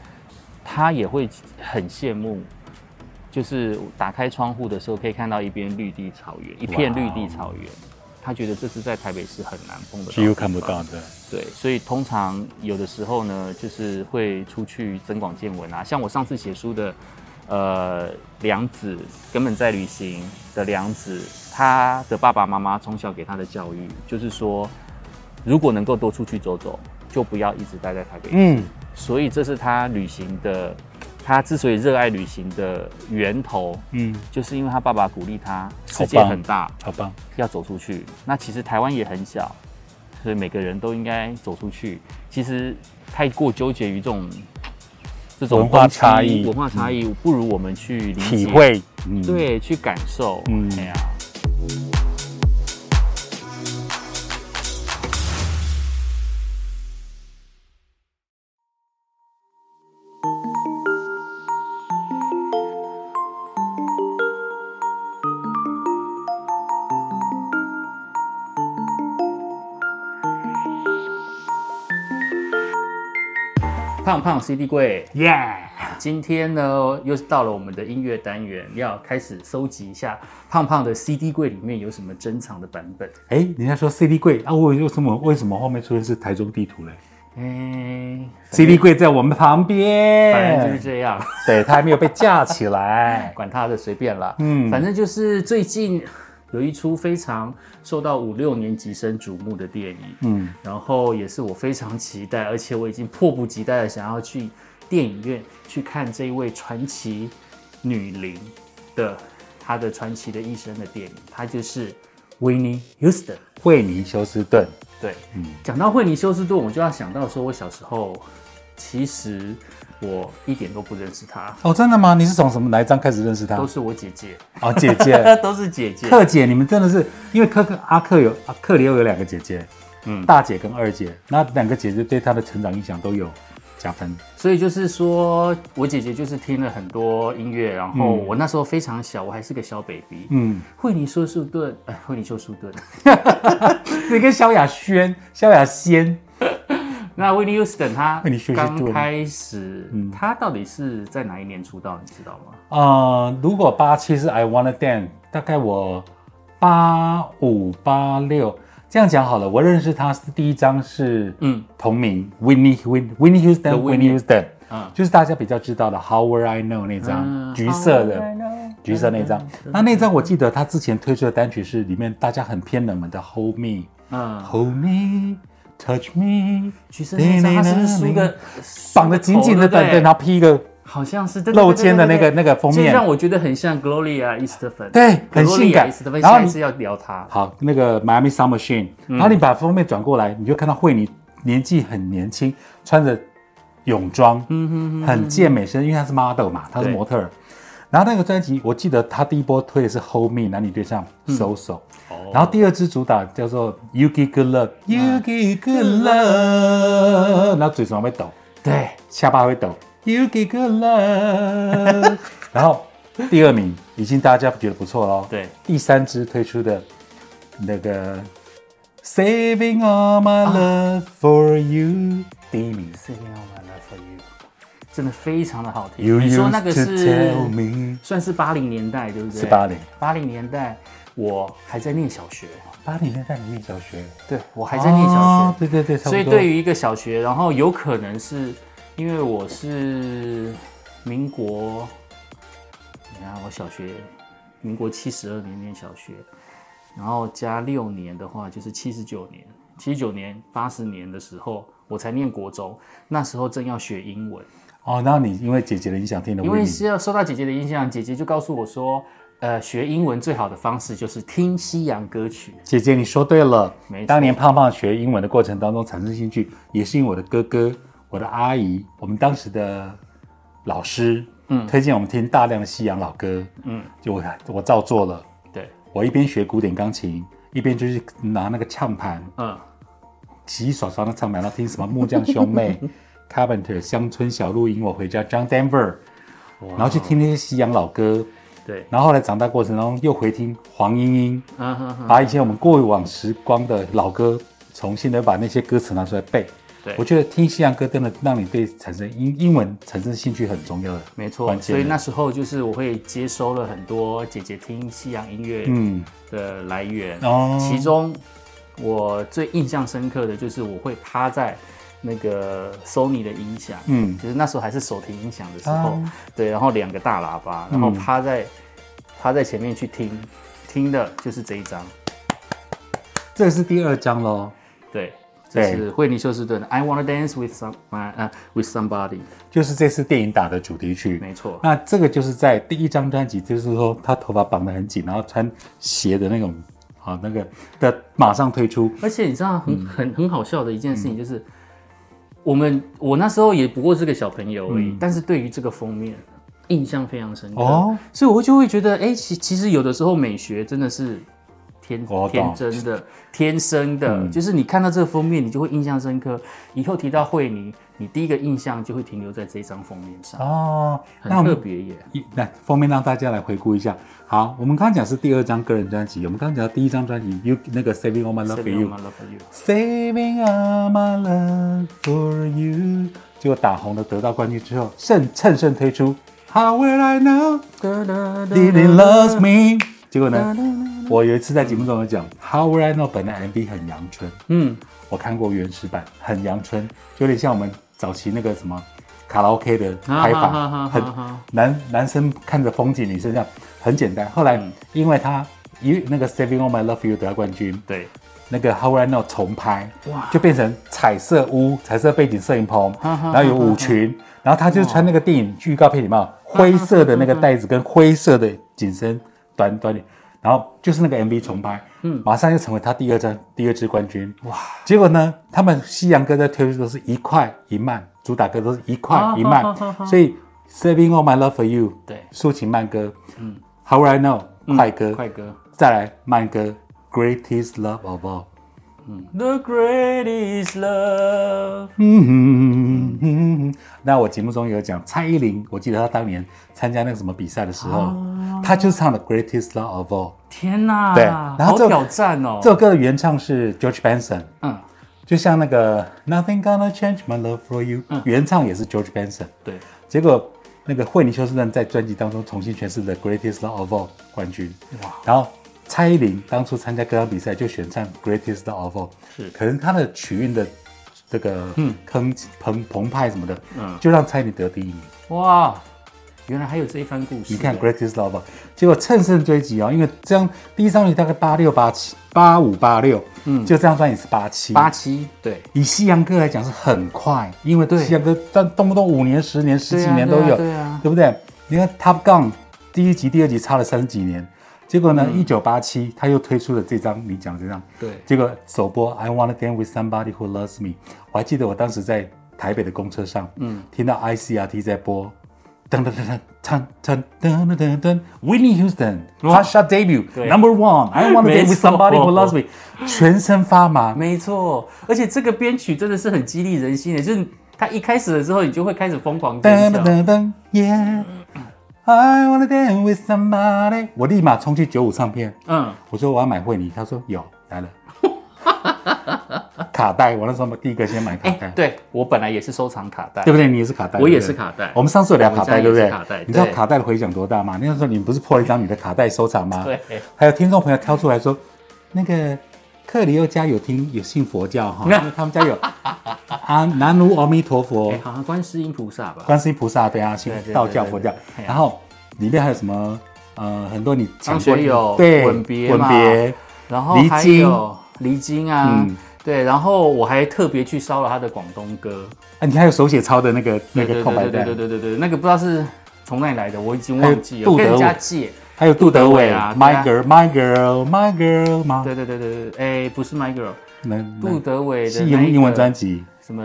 Speaker 1: 他也会很羡慕，就是打开窗户的时候可以看到一边绿地草原，一片
Speaker 2: 哇
Speaker 1: 绿地草原。他觉得这是在台北是很难碰的，
Speaker 2: 几乎看不到。的。
Speaker 1: 对，所以通常有的时候呢，就是会出去增广见闻啊。像我上次写书的，呃，梁子根本在旅行的梁子，他的爸爸妈妈从小给他的教育就是说，如果能够多出去走走，就不要一直待在台北。
Speaker 2: 嗯，
Speaker 1: 所以这是他旅行的，他之所以热爱旅行的源头，
Speaker 2: 嗯，
Speaker 1: 就是因为他爸爸鼓励他，世
Speaker 2: 好
Speaker 1: 界
Speaker 2: 棒
Speaker 1: 很大，
Speaker 2: 好棒。
Speaker 1: 要走出去。那其实台湾也很小，所以每个人都应该走出去。其实太过纠结于这种这种
Speaker 2: 文化
Speaker 1: 东西
Speaker 2: 差异
Speaker 1: 文化差异，不如我们去理解
Speaker 2: 体，会，嗯，，
Speaker 1: 对，去感受。
Speaker 2: 嗯
Speaker 1: 嗯，哎呀，胖胖 CD 柜。
Speaker 2: 耶，
Speaker 1: 今天呢，又是到了我们的音乐单元，要开始搜集一下胖胖的 CD 柜里面有什么珍藏的版本。
Speaker 2: 哎，人家说 CD 柜啊，我为什么为什么后面出现是台中地图嘞
Speaker 1: 哎、
Speaker 2: ？CD 柜在我们旁
Speaker 1: 反正就是
Speaker 2: 边，
Speaker 1: 这样，
Speaker 2: 对，它还没有被架起来。
Speaker 1: 管他的，随便啦。
Speaker 2: 嗯
Speaker 1: 嗯，反正就是最近有一出非常受到五六年级生瞩目的电影，
Speaker 2: 嗯，
Speaker 1: 然后也是我非常期待，而且我已经迫不及待的想要去电影院去看这一位传奇女伶的她的传奇的一生的电影，她就是 Winnie Houston。
Speaker 2: 惠尼休斯顿，
Speaker 1: 对，讲到惠尼休斯顿，我就要想到说，我小时候其实我一点都不认识她，
Speaker 2: 哦，真的吗？你是从什么哪一张开始认识他
Speaker 1: 都？是我姐姐，
Speaker 2: 哦，姐姐，
Speaker 1: 她 都是姐姐。
Speaker 2: 克姐，你们真的是因为克克阿克有阿克里欧有两个姐姐，嗯，
Speaker 1: 嗯
Speaker 2: 大姐跟二姐，那两个姐姐对他的成长影响都有加分。
Speaker 1: 所以就是说我姐姐就是听了很多音乐，然后
Speaker 2: 嗯
Speaker 1: 我那时候非常小，我还是个小 baby。
Speaker 2: 嗯，
Speaker 1: 惠尼休斯顿， 哎， 惠尼休斯顿，
Speaker 2: 你跟萧亚轩、萧亚仙
Speaker 1: 那 Whitney Houston 他
Speaker 2: 惠妮休息顿嗯
Speaker 1: 刚开始，他到底是在哪一年出道？你知道吗？
Speaker 2: 呃，如果八七是 I wanna dance，大概我八五八六这样讲好了。我认识他是第一张是
Speaker 1: 嗯
Speaker 2: 同名 Winnie Win Winnie
Speaker 1: The Whitney
Speaker 2: Houston Winnie Houston，
Speaker 1: 嗯
Speaker 2: 就是大家比较知道的 How Will I Know 那
Speaker 1: 啊
Speaker 2: 张橘色的。橘色那
Speaker 1: 嗯
Speaker 2: 张，那那张我记得他之前推出的单曲是里面大家很偏冷门的 Hold Me，Hold
Speaker 1: 嗯，
Speaker 2: Me，Touch Me，
Speaker 1: 橘色那张他是不是梳个
Speaker 2: 嗯绑得紧紧的，
Speaker 1: 梳个头
Speaker 2: 对
Speaker 1: 不
Speaker 2: 对，然后披一个
Speaker 1: 好像是对对对
Speaker 2: 露肩的那
Speaker 1: 对
Speaker 2: 个
Speaker 1: 对
Speaker 2: 那个封
Speaker 1: 就
Speaker 2: 面，
Speaker 1: 让我觉得很像 Gloria Estefan，
Speaker 2: 对很性感
Speaker 1: Gloria Estefan，
Speaker 2: 然后
Speaker 1: 下
Speaker 2: 你
Speaker 1: 一次要聊她，
Speaker 2: 好，嗯那个 Miami Summer Machine，、然后你把封面转过来，你就看到惠妮年纪很年轻，穿着泳装，嗯哼很健美身，因为她是 model 嘛，她是
Speaker 1: 对
Speaker 2: 模特儿。然后那个专辑，我记得她第一波推的是《Hold Me》男女对象《So So》，然后第二支主打叫做《You Give Good Love》，You Give Good Love，然后嘴唇会抖，
Speaker 1: 对，
Speaker 2: 下巴会抖，You Give Good Love，然后第二名已经大家觉得不错喽，
Speaker 1: 对
Speaker 2: 第三支推出的那个 Saving All My
Speaker 1: 啊
Speaker 2: Love for You，、第一名
Speaker 1: Sing Out My Love For You，真的非常的好听。
Speaker 2: ，You
Speaker 1: 你说那
Speaker 2: used
Speaker 1: 个
Speaker 2: to
Speaker 1: 是
Speaker 2: tell me，
Speaker 1: 算是八零年代对不对？
Speaker 2: 是80
Speaker 1: 八零年代，我还在念小学，
Speaker 2: 八零年代你念小学，
Speaker 1: 对我还在念小学，
Speaker 2: 哦对对对，差不
Speaker 1: 所以
Speaker 2: 多
Speaker 1: 对于一个小学，然后有可能是因为我是民国，你看我小学，民国七十二年念小学，然后加六年的话就是七十九年，七十九年八十年的时候我才念国中，那时候正要学英文，
Speaker 2: 哦，然后你因为姐姐的影响听了，
Speaker 1: 因为是要受到姐姐的影响，姐姐就告诉我说，呃，学英文最好的方式就是听西洋歌曲。
Speaker 2: 姐姐，你说对了
Speaker 1: 没错。
Speaker 2: 当年胖胖学英文的过程当中产生兴趣，也是因为我的哥哥、我的阿姨，我们当时的老师，嗯，推荐我们听大量的西洋老歌，嗯，就我我照做了。
Speaker 1: 对，
Speaker 2: 我一边学古典钢琴，一边就是拿那个唱盘，
Speaker 1: 嗯，
Speaker 2: 洗手上的唱盘，然后听什么木匠兄妹、Carpenter、乡村小路引我回家、John Denver，然后去听那些西洋老歌。
Speaker 1: 对，
Speaker 2: 然后后来长大过程当中又回听黄莺莺，
Speaker 1: 嗯哼哼，
Speaker 2: 把以前我们过往时光的老歌，重新的把那些歌词拿出来背。
Speaker 1: 对
Speaker 2: 我觉得听西洋歌真的让你对产生英英文产生兴趣很重要的，
Speaker 1: 没错
Speaker 2: 关。键
Speaker 1: 所以那时候就是我会接收了很多姐姐听西洋音乐
Speaker 2: 嗯，
Speaker 1: 的来源，
Speaker 2: 哦
Speaker 1: 其中我最印象深刻的就是我会趴在那个 Sony 的音响，
Speaker 2: 嗯
Speaker 1: 就是那时候还是手提音响的时候，
Speaker 2: 啊嗯
Speaker 1: 对，然后两个大喇叭，然后趴在、趴在前面去听，听的就是这一张，
Speaker 2: 这是第二章喽，
Speaker 1: 对。这
Speaker 2: 对
Speaker 1: 是惠妮休斯顿的，I wanna dance with some my 呃、with somebody，
Speaker 2: 就是这次电影打的主题曲。
Speaker 1: 没错，
Speaker 2: 那这个就是在第一张专辑，就是说他头发绑得很紧，然后穿鞋的那种，好那个的马上推出，
Speaker 1: 而且你知道很、
Speaker 2: 嗯
Speaker 1: 很很好笑的一件事情就是，我们我那时候也不过是个小朋友而已，但是对于这个封面印象非常深刻，
Speaker 2: 嗯哦
Speaker 1: 所以我就会觉得，哎、其其实有的时候美学真的是天
Speaker 2: 我懂嗯
Speaker 1: 天真的、天生的，就是你看到这个封面，你就会印象深刻。以后提到惠妮，你第一个印象就会停留在这张封面上，
Speaker 2: 哦，那我
Speaker 1: 很特
Speaker 2: 们
Speaker 1: 别耶。
Speaker 2: 一来封面让大家来回顾一下。好，我们刚刚讲是第二张个人专辑，我们刚刚讲到第一张专辑《You》那个《Saving All My Love for
Speaker 1: Saving
Speaker 2: You》
Speaker 1: All My Love for You
Speaker 2: Saving all my love for you，结果打红了，得到冠军之后，趁趁胜推出。How will I know did you love me？结果呢，我有一次在节目中有讲，How will I know？本来 MV 很阳春，
Speaker 1: 嗯，
Speaker 2: 我看过原始版，很阳春，就有点像我们早期那个什么卡拉 OK 的拍
Speaker 1: 啊哈哈哈
Speaker 2: 法，很
Speaker 1: 哈哈
Speaker 2: 男男生看着风景，女生这样很简单。后来
Speaker 1: 嗯
Speaker 2: 因为他一那个 Saving All My Love for You 得到冠军，
Speaker 1: 对，
Speaker 2: 那个 How I Know 重拍，
Speaker 1: 哇
Speaker 2: 就变成彩色屋、彩色背景摄影棚，
Speaker 1: 哈哈
Speaker 2: 然后有舞裙，然后他就是穿那个电影预告片里面灰色的那个带子跟灰色的紧身短短领，然后就是那个 MV 重拍，嗯，马上就成为他第二张第二支冠军，哇！结果呢，他们西洋歌在推出都是一块一慢，主打歌都是一块
Speaker 1: 啊
Speaker 2: 一慢
Speaker 1: 哈哈哈，
Speaker 2: 所以 Saving All My Love for You，
Speaker 1: 对
Speaker 2: 抒情慢歌，嗯，How I Know 快歌，
Speaker 1: 嗯快歌。
Speaker 2: 再来慢歌 Greatest Love of All。
Speaker 1: The greatest love，
Speaker 2: 嗯哼，那我节目中有讲蔡依林，我记得她当年参加那个什么比赛的时候，她就是唱的《Greatest Love of All
Speaker 1: 天哪，
Speaker 2: 对然后
Speaker 1: 好
Speaker 2: 这
Speaker 1: 挑战》哦。
Speaker 2: 这首歌的原唱是 George Benson，
Speaker 1: 嗯，
Speaker 2: 就像那个 Nothing Gonna Change My Love for You，、原唱也是 George Benson，
Speaker 1: 对，
Speaker 2: 结果那个惠妮休斯顿在专辑当中重新诠释了《Greatest Love of All》冠军。
Speaker 1: 哇
Speaker 2: 然后蔡依林当初参加歌唱比赛就选唱《Greatest Love of All》，
Speaker 1: 是
Speaker 2: 可能她的曲韵的这个坑澎澎湃什么的，
Speaker 1: 嗯
Speaker 2: 就让蔡依林得第一名。
Speaker 1: 哇，原来还有这一番故事。
Speaker 2: 你看《Greatest Love》，结果乘胜追击哦，因为这样第一张专辑大概八六八七八五八六，嗯，就这张专辑是八七
Speaker 1: 八七，对，
Speaker 2: 以西洋歌来讲是很快，因为西洋歌但动不动五年、十年、十
Speaker 1: 对
Speaker 2: 几
Speaker 1: 啊
Speaker 2: 年都
Speaker 1: 对啊
Speaker 2: 有，
Speaker 1: 对啊
Speaker 2: 不对？你看《Top Gun》第一集、第二集差了三十几年，结果呢，一九八七他又推出了这张你讲的这张，
Speaker 1: 嗯对
Speaker 2: 结果首播《I Wanna Dance with Somebody Who Loves Me》，我还记得我当时在台北的公车上，嗯，听到 ICRT 在播。噔噔噔噔噔噔噔噔噔，Whitney Houston hot shot debut
Speaker 1: 哦对
Speaker 2: number one，I wanna dance
Speaker 1: 没
Speaker 2: with
Speaker 1: 错
Speaker 2: somebody who loves me，全身发麻，
Speaker 1: 没错，而且这个编曲真的是很激励人心的，就是他一开始的时候，你就会开始疯狂尖
Speaker 2: 噔
Speaker 1: 叫。
Speaker 2: 噔噔，Yeah。I wanna dance with somebody。我立马冲去九五唱片，
Speaker 1: 嗯，
Speaker 2: 我说我要买惠妮，他说有来了。卡带，我那时候第一个先买卡
Speaker 1: 哎、
Speaker 2: 带，
Speaker 1: 对我本来也是收藏卡带，
Speaker 2: 对不对？你也是卡带，
Speaker 1: 我也
Speaker 2: 对不对
Speaker 1: 是卡带
Speaker 2: 我们上次有聊卡带，
Speaker 1: 我
Speaker 2: 对
Speaker 1: 们
Speaker 2: 不
Speaker 1: 家也
Speaker 2: 对？
Speaker 1: 是卡带
Speaker 2: 你知道
Speaker 1: 对
Speaker 2: 卡带的回响多大吗？那时候你不是破了一张你的卡带收藏吗？
Speaker 1: 对。
Speaker 2: 还有听众朋友挑出来说，那个克里欧家有听有信佛教哈，因为他们家有啊南无阿弥陀佛
Speaker 1: 哎、。好像观世音菩萨吧，
Speaker 2: 观世音菩萨对啊，信
Speaker 1: 对对
Speaker 2: 道教、
Speaker 1: 对对
Speaker 2: 佛教
Speaker 1: 对对，
Speaker 2: 然后里面还有什么？呃，很多你
Speaker 1: 张
Speaker 2: 讲
Speaker 1: 学
Speaker 2: 过
Speaker 1: 友
Speaker 2: 对
Speaker 1: 吻别
Speaker 2: 吻
Speaker 1: 嘛
Speaker 2: 别，
Speaker 1: 然后
Speaker 2: 离
Speaker 1: 还
Speaker 2: 经
Speaker 1: 有离经啊，
Speaker 2: 嗯
Speaker 1: 对，然后我还特别去烧了他的广东歌，
Speaker 2: 啊，你还有手写抄的那个那
Speaker 1: 对
Speaker 2: 个空白
Speaker 1: 对
Speaker 2: 带
Speaker 1: 对，对对对对，那个不知道是从哪里来的，我已经
Speaker 2: 还有
Speaker 1: 忘记
Speaker 2: 杜
Speaker 1: 了，跟人
Speaker 2: 德
Speaker 1: 家
Speaker 2: 伟
Speaker 1: 借。
Speaker 2: 还有杜德
Speaker 1: 杜德
Speaker 2: 伟
Speaker 1: 伟啊
Speaker 2: ，My
Speaker 1: 对
Speaker 2: Girl，My Girl，My Girl 吗？
Speaker 1: 对对对对对，哎、不是 My Girl，
Speaker 2: 那
Speaker 1: 杜德伟的
Speaker 2: 嗯
Speaker 1: 那
Speaker 2: 是
Speaker 1: 一
Speaker 2: 英
Speaker 1: 个
Speaker 2: 英文专辑
Speaker 1: 什么？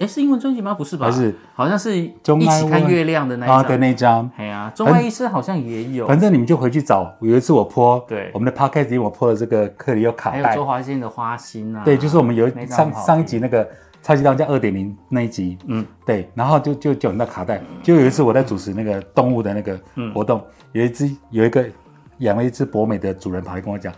Speaker 1: 哎、是英文专辑吗？不是吧？
Speaker 2: 还是
Speaker 1: 好像是一
Speaker 2: 中爱
Speaker 1: 起看
Speaker 2: 问
Speaker 1: 月亮的那一
Speaker 2: 啊
Speaker 1: 张。
Speaker 2: 的那一张。
Speaker 1: 哎呀，中外医生好像也有，
Speaker 2: 反正你们就回去找。有一次我泼，
Speaker 1: 对
Speaker 2: 我们的 podcast 里我泼了这个克里欧卡
Speaker 1: 还有
Speaker 2: 带
Speaker 1: 周，华健的花心啊。
Speaker 2: 对，就是我们有
Speaker 1: 那张
Speaker 2: 上
Speaker 1: 好
Speaker 2: 上一集那个超级当家二点零那一集，
Speaker 1: 嗯
Speaker 2: 嗯，对，然后就就讲到卡带，就有一次我在主持那个动物的那个活动，有一只有一个养了一只博美的主人跑来跟我讲，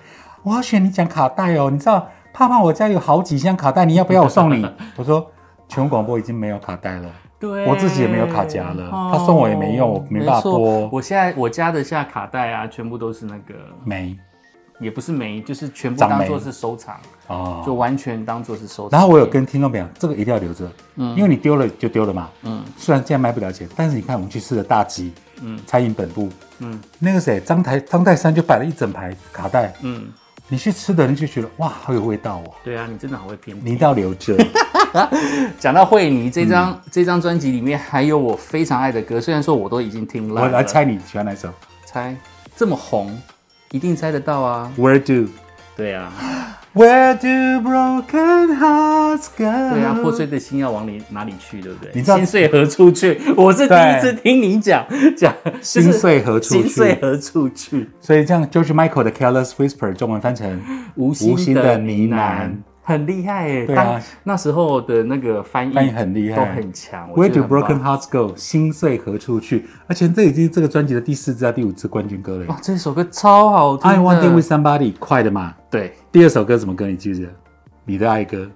Speaker 2: 我要选你讲卡带哦，你知道胖胖我家有好几箱卡带，你要不要我送你？ 我说全国广播已经没有卡带了。
Speaker 1: 对，哦
Speaker 2: 我自己也没有卡夹了他送我也没用我没办法
Speaker 1: 错
Speaker 2: 播
Speaker 1: 我现在我家的下卡带啊，全部都是那个，
Speaker 2: 没
Speaker 1: 也不是没，就是全部
Speaker 2: 长
Speaker 1: 当
Speaker 2: 霉
Speaker 1: 做是收藏，
Speaker 2: 哦，
Speaker 1: 就完全当做是收藏。
Speaker 2: 然后我有跟听众朋友，这个一定要留着，因为你丢了就丢了嘛，
Speaker 1: 嗯
Speaker 2: 虽然现在卖不了钱，但是你看我们去吃的大吉，
Speaker 1: 嗯
Speaker 2: 嗯，餐饮本部，
Speaker 1: 嗯
Speaker 2: 嗯，那个谁张台张泰山就摆了一整排卡带，
Speaker 1: 嗯，
Speaker 2: 你去吃的人就觉得哇，好有味道哦，
Speaker 1: 对啊，你真的好会偏
Speaker 2: 你一定要留着。
Speaker 1: 讲到惠妮这张、
Speaker 2: 嗯
Speaker 1: 这张专辑里面，还有我非常爱的歌，虽然说我都已经听
Speaker 2: 我
Speaker 1: 烂了，
Speaker 2: 来猜你喜欢哪首
Speaker 1: 猜，这么红，一定猜得到啊！
Speaker 2: ？Where do
Speaker 1: 对啊，
Speaker 2: Where do broken hearts go？
Speaker 1: 对啊，破碎的心要往里哪里去，对不对？
Speaker 2: 你知道
Speaker 1: 心碎何处去？我是第一次听你讲讲，就是
Speaker 2: 心碎何处去
Speaker 1: 心碎何处去？
Speaker 2: 所以这样 George Michael 的 Careless Whisper 中文翻成
Speaker 1: 无心
Speaker 2: 无心
Speaker 1: 的
Speaker 2: 的
Speaker 1: 呢
Speaker 2: 呢
Speaker 1: 喃
Speaker 2: 喃，
Speaker 1: 很厉害耶！
Speaker 2: 对啊
Speaker 1: 当那时候的那个翻译
Speaker 2: 翻译很厉害
Speaker 1: 都很强。我
Speaker 2: Where
Speaker 1: 觉
Speaker 2: do
Speaker 1: 得很棒
Speaker 2: broken hearts go？心碎何处去？而且这已经是这个专辑的第四支啊第五支冠军歌了耶。
Speaker 1: 哇，这首歌超好哦听的。
Speaker 2: I want it with somebody，快的嘛。
Speaker 1: 对，
Speaker 2: 第二首歌什么歌？你记不记得？你的爱歌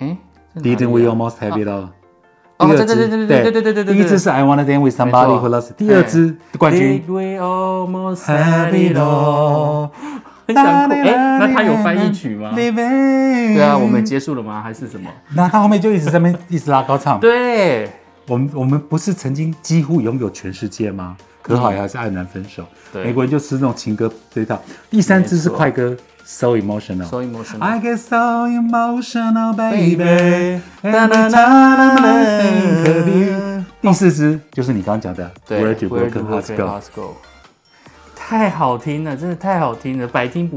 Speaker 1: 哎，在哪里啊
Speaker 2: ，Didn't We Almost Have It All？
Speaker 1: 哦
Speaker 2: 第二支
Speaker 1: 对对对对对对对对对
Speaker 2: 第一支是 I Wanna Dance With Somebody
Speaker 1: 没错
Speaker 2: Who Loves You，第二支冠军
Speaker 1: Did we almost
Speaker 2: Have
Speaker 1: have
Speaker 2: It
Speaker 1: it all？
Speaker 2: All。
Speaker 1: 很想哭。哎，那他有翻译曲吗？对
Speaker 2: 对
Speaker 1: 啊，我们结束了吗？还是什么？
Speaker 2: 那他后面就一直在那边一直拉高唱。
Speaker 1: 对，
Speaker 2: 我们我们不是曾经几乎拥有全世界吗？可好还是黯然分手。
Speaker 1: 对
Speaker 2: 美国人就吃这种情歌这一套。第三支是快歌 So Emotional。
Speaker 1: so emotional。
Speaker 2: I get so emotional,
Speaker 1: Baby
Speaker 2: baby. Every time I think of you. 第四支就是你刚刚讲的
Speaker 1: 对
Speaker 2: Where Do
Speaker 1: Where
Speaker 2: Broken Hearts
Speaker 1: Broken
Speaker 2: Go。
Speaker 1: Hearts Go？太好听了，真的太好听了，百听不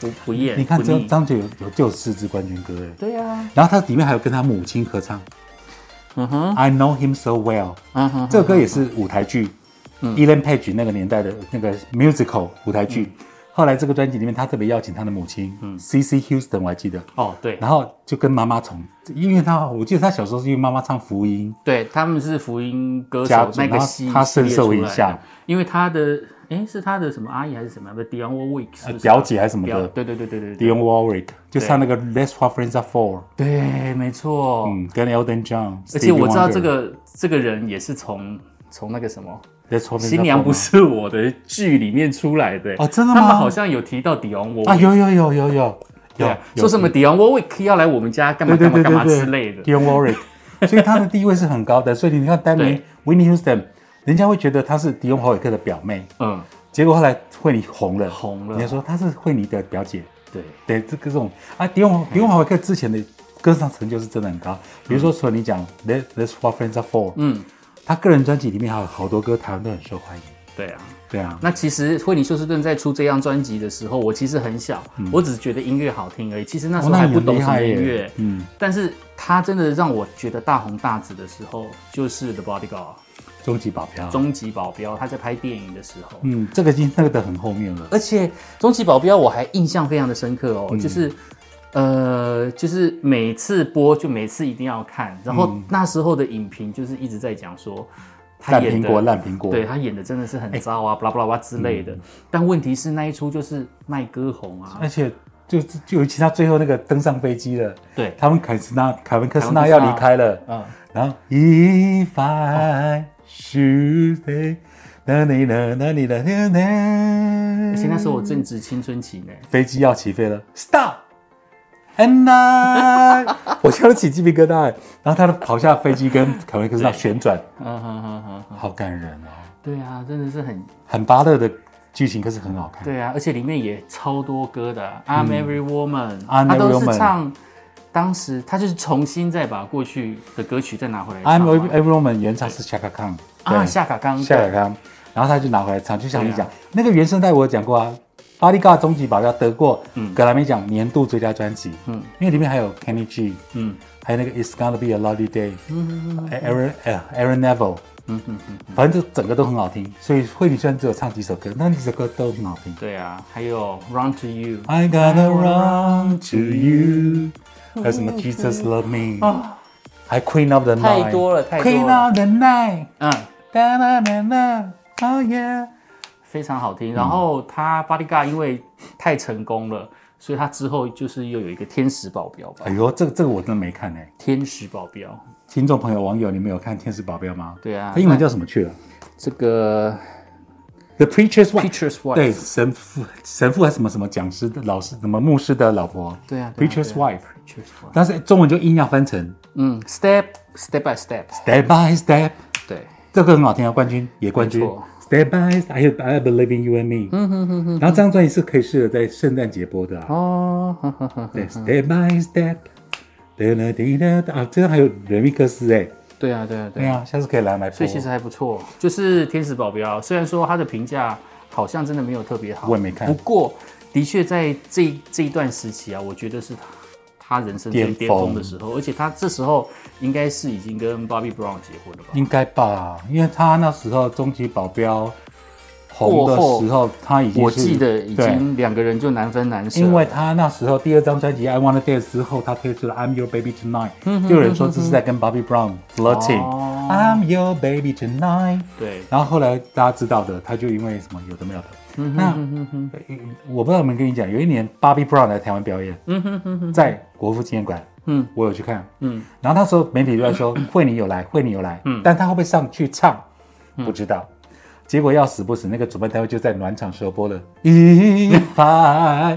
Speaker 1: 不不厌。
Speaker 2: 你看
Speaker 1: 不
Speaker 2: 这
Speaker 1: 腻
Speaker 2: 张就有有就有四支冠军歌哎，
Speaker 1: 对啊，
Speaker 2: 然后它里面还有跟他母亲合唱
Speaker 1: 嗯哼，
Speaker 2: I Know Him So Well，
Speaker 1: 嗯哼，
Speaker 2: 这个歌也是舞台剧
Speaker 1: 嗯
Speaker 2: Ellen Page 那个年代的那个 musical 舞台剧。
Speaker 1: 嗯
Speaker 2: 后来这个专辑里面，他特别邀请他的母亲 C C Houston，我还记得。
Speaker 1: 哦对
Speaker 2: 然后就跟妈妈从，因为他我记得他小时候是因为妈妈唱福音，
Speaker 1: 对，他们是福音歌
Speaker 2: 家
Speaker 1: 手
Speaker 2: 族
Speaker 1: 那个
Speaker 2: 然后
Speaker 1: 系
Speaker 2: 他
Speaker 1: 系列
Speaker 2: 深受
Speaker 1: 出
Speaker 2: 影
Speaker 1: 来的
Speaker 2: 响，
Speaker 1: 因为他的哎，是他的什么阿姨还是什么？不是 Dion Warwick，是不是
Speaker 2: 呃表姐还是什么
Speaker 1: 表
Speaker 2: 的
Speaker 1: 对对对对对对
Speaker 2: ，Dionne Warwick，就唱那个 That's What Friends Are For，
Speaker 1: 对，没错。
Speaker 2: 嗯，跟 Elton John，
Speaker 1: 而且我知道这个这个人也是从从那个什么
Speaker 2: That's What Friends Are For
Speaker 1: 《新娘不
Speaker 2: 吗
Speaker 1: 是我的》剧里面出来的、
Speaker 2: 哦真的吗
Speaker 1: 他们好像有提到 Dion Warwick，、
Speaker 2: 啊，有有有有有
Speaker 1: 对
Speaker 2: 有
Speaker 1: 啊，说什么 Dion Warwick 要来我们家嗯干嘛
Speaker 2: 对
Speaker 1: 干嘛
Speaker 2: 对对
Speaker 1: 干
Speaker 2: 对
Speaker 1: 嘛
Speaker 2: 对
Speaker 1: 之类的。
Speaker 2: Dion Warwick，所以他的地位是很高的。所以你看，当年 Whitney Houston，人家会觉得她是 Dion Warwick 的表妹，
Speaker 1: 嗯，
Speaker 2: 结果后来惠妮红了，
Speaker 1: 红了
Speaker 2: 人家说她是惠妮的表姐。
Speaker 1: 对，
Speaker 2: 对，这个这种啊，迪
Speaker 1: 嗯
Speaker 2: 翁迪翁华维克之前的歌唱成就是真的很高，比如说除了你讲《That That's What Friends Are For》，
Speaker 1: 嗯，
Speaker 2: 他个人专辑里面还有好多歌台湾都很受欢迎。
Speaker 1: 对啊。
Speaker 2: 对啊，
Speaker 1: 那其实惠妮休斯顿在出这张专辑的时候，我其实很小，我只是觉得音乐好听而已。其实那时候
Speaker 2: 嗯哦那
Speaker 1: 还
Speaker 2: 你
Speaker 1: 不懂
Speaker 2: 很厉
Speaker 1: 什么
Speaker 2: 害
Speaker 1: 音
Speaker 2: 耶
Speaker 1: 乐，
Speaker 2: 嗯，
Speaker 1: 但是他真的让我觉得大红大紫的时候，就是《The
Speaker 2: 啊
Speaker 1: Bodyguard》
Speaker 2: 终极保镖，
Speaker 1: 终极保镖，他在拍电影的时候。
Speaker 2: 嗯，这个已经那个的很后面了。
Speaker 1: 而且《终极保镖》我还印象非常的深刻哦，
Speaker 2: 嗯
Speaker 1: 就是，呃，就是每次播就每次一定要看，然后那时候的影评就是一直在讲说，他
Speaker 2: 烂
Speaker 1: 演
Speaker 2: 苹
Speaker 1: 的
Speaker 2: 果，烂哎嗯苹果，
Speaker 1: 对他演的真的是很糟啊，巴拉巴拉巴拉之类的。但问题是那一出就是卖歌红啊，
Speaker 2: 而且就就就尤其他最后那个登上飞机了，
Speaker 1: 对，
Speaker 2: 他们凯斯纳凯文科斯
Speaker 1: 凯文科
Speaker 2: 纳
Speaker 1: 斯纳
Speaker 2: 要离开了，
Speaker 1: 嗯，
Speaker 2: 然后 If I should stay，那你呢？那你呢？那你
Speaker 1: 而且那时
Speaker 2: 候
Speaker 1: 候我正值青春期呢，
Speaker 2: 飞机要起飞了，Stop。And I，我 听得起鸡皮疙瘩。欸然后他跑下飞机，跟凯文科斯纳旋转，
Speaker 1: 嗯哼哼哼哼，
Speaker 2: 好感人哦，
Speaker 1: 对啊，真的是很
Speaker 2: 很巴乐的剧情，可是很好看。
Speaker 1: 对啊，而且里面也超多歌的啊，I'm Every Woman》，
Speaker 2: 嗯 I'm
Speaker 1: 他都
Speaker 2: Every
Speaker 1: 是
Speaker 2: Woman
Speaker 1: 唱，当时他就是重新再把过去的歌曲再拿回来唱
Speaker 2: I'm
Speaker 1: 嘛
Speaker 2: Every Woman 原唱是夏卡康，
Speaker 1: 啊，
Speaker 2: 对
Speaker 1: 夏卡刚
Speaker 2: 夏
Speaker 1: 对
Speaker 2: 尔康，然后他就拿回来唱，就像你
Speaker 1: 对
Speaker 2: 讲、
Speaker 1: 啊
Speaker 2: 那个原声带，我有讲过啊，《巴黎嘎终极保镖》得过格莱美奖年度最佳专辑，
Speaker 1: 嗯
Speaker 2: 嗯，因为里面还有 Kenny G，
Speaker 1: 嗯
Speaker 2: 嗯，还有那个 It's Gonna Be a Lovely Day，嗯，Aaron 呃 Aaron Neville，
Speaker 1: 嗯嗯嗯，
Speaker 2: 反正这整个都很好听，所以惠妮虽然只有唱几首歌，那几首歌都很好听。
Speaker 1: 对啊，还有《Run to You》
Speaker 2: I gotta run to you，还有什么 Jesus Love Me，还 Queen of the Night，
Speaker 1: Oh, 啊太多了太多了
Speaker 2: Queen 啊 of the Night，
Speaker 1: 嗯，
Speaker 2: 哒啦啦啦，Oh yeah。
Speaker 1: 非常好
Speaker 2: 嗯
Speaker 1: 听。然后他《Bodyguard》因为太成功了，所以他之后就是又有一个天使保镖吧，
Speaker 2: 哎呦，这个这个我真的没看哎、
Speaker 1: 天使保镖，
Speaker 2: 听众朋友、网友，你们有看《天使保镖》吗？
Speaker 1: 对啊
Speaker 2: 它，英文叫什么去了
Speaker 1: 这个
Speaker 2: ？The Preacher's
Speaker 1: 《
Speaker 2: Wife。
Speaker 1: Teacher's Wife》
Speaker 2: 对，神父、神父还是什么什么讲师的老师，什么牧师的老婆。
Speaker 1: 对啊对啊
Speaker 2: Preacher's
Speaker 1: 对
Speaker 2: Wife。
Speaker 1: ，Teacher's Wife，
Speaker 2: 但是中文就硬要翻成
Speaker 1: 嗯，Step Step by Step，
Speaker 2: Step by Step，
Speaker 1: 对。
Speaker 2: 这个很好听啊，冠军也冠军
Speaker 1: 没错。
Speaker 2: Step by，还有 I Believe in You and Me。嗯哼哼哼。然后这张专辑是可以适合在圣诞节播的啊。
Speaker 1: 哦，呵呵呵
Speaker 2: 对，Step by Step。哒啦滴啦哒啊，这张还有雷米克斯哎。
Speaker 1: 对啊，对啊，对
Speaker 2: 对
Speaker 1: 啊，
Speaker 2: 啊，下次可以来买播。
Speaker 1: 所以其实还不错。就是《天使保镖》，虽然说它的评价好像真的没有特别好，
Speaker 2: 我也没看
Speaker 1: 不过的确在这这一段时期啊，我觉得是他他人生最巅
Speaker 2: 巅峰
Speaker 1: 峰的时候，而且他这时候应该是已经跟 Bobby Brown 结婚了吧？
Speaker 2: 应该吧，因为他那时候《终极保镖》红的时候，他已经是
Speaker 1: 我记得已
Speaker 2: 对
Speaker 1: 经两个人就难分难舍，
Speaker 2: 因为他那时候第二张专辑《I Wanna Dance》之后，他推出了《I'm Your Baby Tonight》，
Speaker 1: 嗯
Speaker 2: 就有人说这是在跟 Bobby Brown flirting，《
Speaker 1: 哦
Speaker 2: I'm Your Baby Tonight》。
Speaker 1: 对
Speaker 2: 然后后来大家知道的，他就因为什么有的没有的。
Speaker 1: 嗯
Speaker 2: 那呃我不知道有没有跟你讲，有一年 Bobby Brown 来台湾表演，在国父纪念馆，
Speaker 1: 嗯
Speaker 2: 嗯，我有去看，
Speaker 1: 嗯
Speaker 2: 嗯，然后那时候媒体就 在说惠妮有来，惠妮有来，嗯，但他会不会上去唱，
Speaker 1: 嗯
Speaker 2: 不知道。结果要死不死，那个主办单位就在暖场时候 播了《If I》，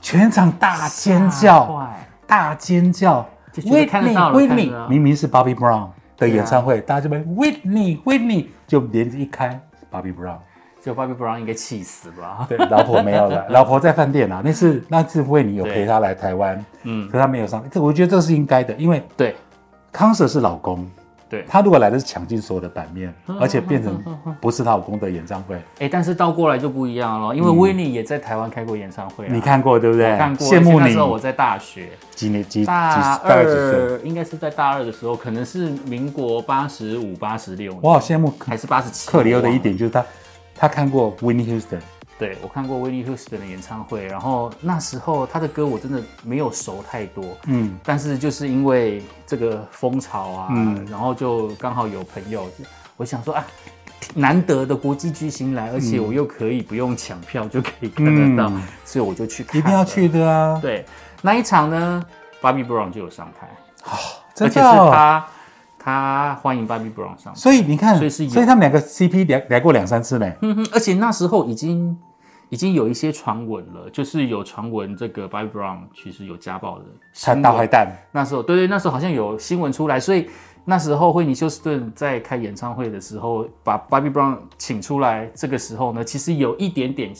Speaker 2: 全场大尖
Speaker 1: 吓
Speaker 2: 叫，
Speaker 1: 坏
Speaker 2: 大尖叫
Speaker 1: 就觉得看得到了看得到啊
Speaker 2: 明明是 Bobby Brown 的演唱会，大家就被 Whitney Whitney 就帘子一开，Bobby Brown，
Speaker 1: 就 Bobby Brown 应该气死吧？
Speaker 2: 对，老婆没 有来，老婆在饭店啊，那次那次惠妮有陪她来台湾，
Speaker 1: 嗯
Speaker 2: 嗯，可她没有上，这我觉得这是应该的，因为
Speaker 1: 对
Speaker 2: Concert 是老公，
Speaker 1: 对，
Speaker 2: 她如果来的是抢尽所有的版面，
Speaker 1: 嗯
Speaker 2: 而且变成不是她老公的演唱会，
Speaker 1: 哎，但是倒过来就不一样了，因为威尼也在台湾开过演唱会啊，
Speaker 2: 嗯你看过对不对？
Speaker 1: 我看过，
Speaker 2: 羡慕
Speaker 1: 而且那时候我
Speaker 2: 你
Speaker 1: 在大学。
Speaker 2: 几年几几
Speaker 1: 大
Speaker 2: 大概几岁？
Speaker 1: 二应该是在大二的时候，可能是民国八十五、八十六，
Speaker 2: 我好羡慕
Speaker 1: 还是八十七。
Speaker 2: 克里欧的一点就是他，他看过 w i n n i e Houston，
Speaker 1: 对我看过威利休斯顿的演唱会，然后那时候他的歌我真的没有熟太多，
Speaker 2: 嗯，
Speaker 1: 但是就是因为这个风潮啊，
Speaker 2: 嗯
Speaker 1: 然后就刚好有朋友，我想说啊，难得的国际巨星来，而且我又可以不用抢票就可以看得到，
Speaker 2: 嗯
Speaker 1: 所以我就去看，
Speaker 2: 一定要。去的啊！
Speaker 1: 对，那一场呢，Bobby Brown 就有上台，而
Speaker 2: 真
Speaker 1: 且
Speaker 2: 的
Speaker 1: 是
Speaker 2: 哦，
Speaker 1: 他他欢迎 Bobby Brown 上台，
Speaker 2: 所以你看，
Speaker 1: 所
Speaker 2: 所
Speaker 1: 以
Speaker 2: 以
Speaker 1: 是有
Speaker 2: 他们两个 CP 聊聊过两三次呢。
Speaker 1: 嗯哼，而且那时候已经已经有一些传闻了，就是有传闻这个 Bobby Brown 其实有家暴的
Speaker 2: 他
Speaker 1: 新
Speaker 2: 大坏
Speaker 1: 闻。
Speaker 2: 蛋，
Speaker 1: 那时候对对，那时候好像有新闻出来，所以那时候惠尼休斯顿在开演唱会的时候，把 Bobby Brown 请出来，这个时候呢，其实有一点点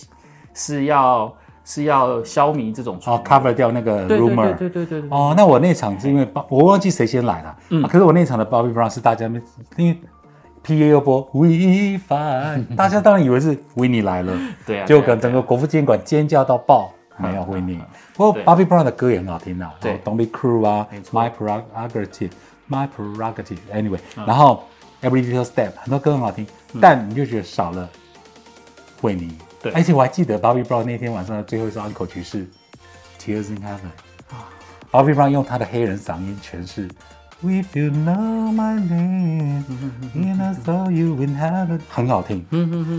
Speaker 1: 是要是要消弭这种传
Speaker 2: 哦
Speaker 1: 闻。
Speaker 2: ，cover 掉那个
Speaker 1: 对对对
Speaker 2: rumor。
Speaker 1: 对对对对。
Speaker 2: 哦，那我那场是因
Speaker 1: 哎
Speaker 2: 为我忘记谁先来了，
Speaker 1: 嗯
Speaker 2: 啊可是我那场的 Bobby Brown 是大家因为 PA 又播 We Fine，大家当然以为是维尼来了，
Speaker 1: 对啊，
Speaker 2: 结
Speaker 1: 对啊嗯
Speaker 2: 果可能整个国父纪念馆尖叫到爆，没有维尼。不过
Speaker 1: 对
Speaker 2: Bobby Brown 的歌也很好听啊，
Speaker 1: 对
Speaker 2: 哦 Don't Be Cruel 啊
Speaker 1: 没错
Speaker 2: ，My Prerogative，My Prerogative，Anyway，然
Speaker 1: 嗯
Speaker 2: 后 Every Little Step 很多歌很好听，但你就觉得少了维尼。
Speaker 1: 对
Speaker 2: 而且我还记得 Bobby Brown 那天晚上的最后一首安口曲是 Tears in Heaven。Bobby
Speaker 1: 啊
Speaker 2: Brown 用他的黑人嗓音诠释。If you know my
Speaker 1: 嗯
Speaker 2: name, and I saw you in heaven，很好听，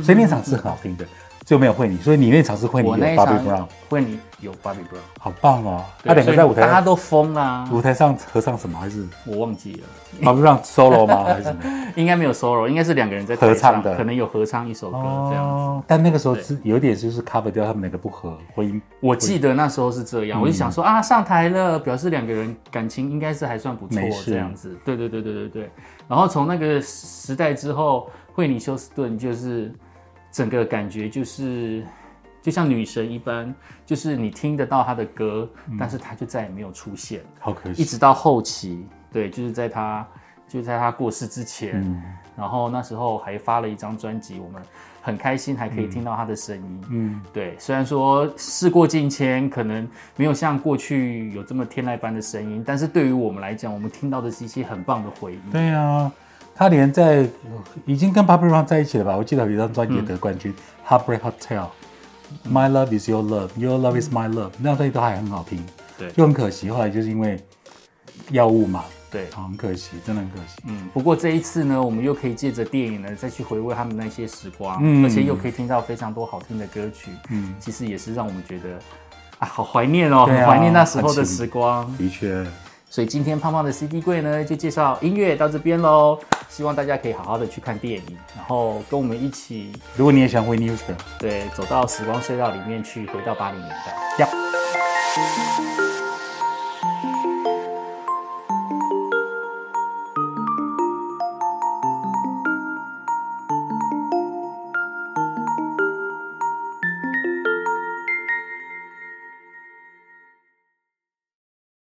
Speaker 2: 所以那场是很好听的，就没有会你，所以你那场是会你
Speaker 1: 我
Speaker 2: 的
Speaker 1: 那一
Speaker 2: Bobby Brown，
Speaker 1: 场会你有 Bobby Brown，
Speaker 2: 好棒哦！
Speaker 1: 对
Speaker 2: 他两个在舞
Speaker 1: 所以大家
Speaker 2: 台
Speaker 1: 都疯啦、
Speaker 2: 舞台上合唱什么？还是
Speaker 1: 我忘记了。
Speaker 2: Bobby Brown solo 吗？还是 什么？
Speaker 1: 应该没有 solo，应该是两个人在台
Speaker 2: 合唱
Speaker 1: 上
Speaker 2: 的
Speaker 1: 可能有合唱一首歌这样子。
Speaker 2: 哦，但那个时候是有点就是 cover 掉他们两个不合婚姻，
Speaker 1: 我记得那时候是这
Speaker 2: 嗯
Speaker 1: 样，我就想说啊，上台了，表示两个人感情应该是还算不错
Speaker 2: 没事
Speaker 1: 这样子。对对对对对对。然后从那个时代之后，惠妮休斯顿就是整个感觉就是就像女神一般，就是你听得到她的歌，
Speaker 2: 嗯
Speaker 1: 但是她就再也没有出现。
Speaker 2: 好可
Speaker 1: 一
Speaker 2: 惜。
Speaker 1: 直到后期，对，就是在他就是在他过世之前，
Speaker 2: 嗯
Speaker 1: 然后那时候还发了一张专辑，我们很开心还可以听到他的声音。嗯，对，虽然说事过境迁，可能没有像过去有这么天籁般的声音，但是对于我们来讲，我们听到的是一些很棒的回忆。
Speaker 2: 对啊，他连在已经跟 Bobby Brown 在一起了吧？我记得有一张专辑得冠军，Heartbreak Hotel》。My
Speaker 1: 嗯
Speaker 2: love is your love, your love is my love。那张专辑都还很好听，
Speaker 1: 对
Speaker 2: 就很可惜，后来就是因为药物嘛，
Speaker 1: 对，
Speaker 2: 好很可惜，真的很可惜。
Speaker 1: 嗯，不过这一次呢，我们又可以借着电影呢，再去回味他们那些时光，
Speaker 2: 嗯
Speaker 1: 而且又可以听到非常多好听的歌曲，嗯，其实也是让我们觉得啊，好怀念哦，
Speaker 2: 对啊
Speaker 1: 很怀念那时候的
Speaker 2: 很
Speaker 1: 时光。
Speaker 2: 的确，
Speaker 1: 所以今天胖胖的 CD 柜呢，就介绍音乐到这边喽，希望大家可以好好的去看电影，然后跟我们一起
Speaker 2: 如果你也想回 News 的，
Speaker 1: 对走到时光隧道里面去，回到八零年代。
Speaker 2: 呀，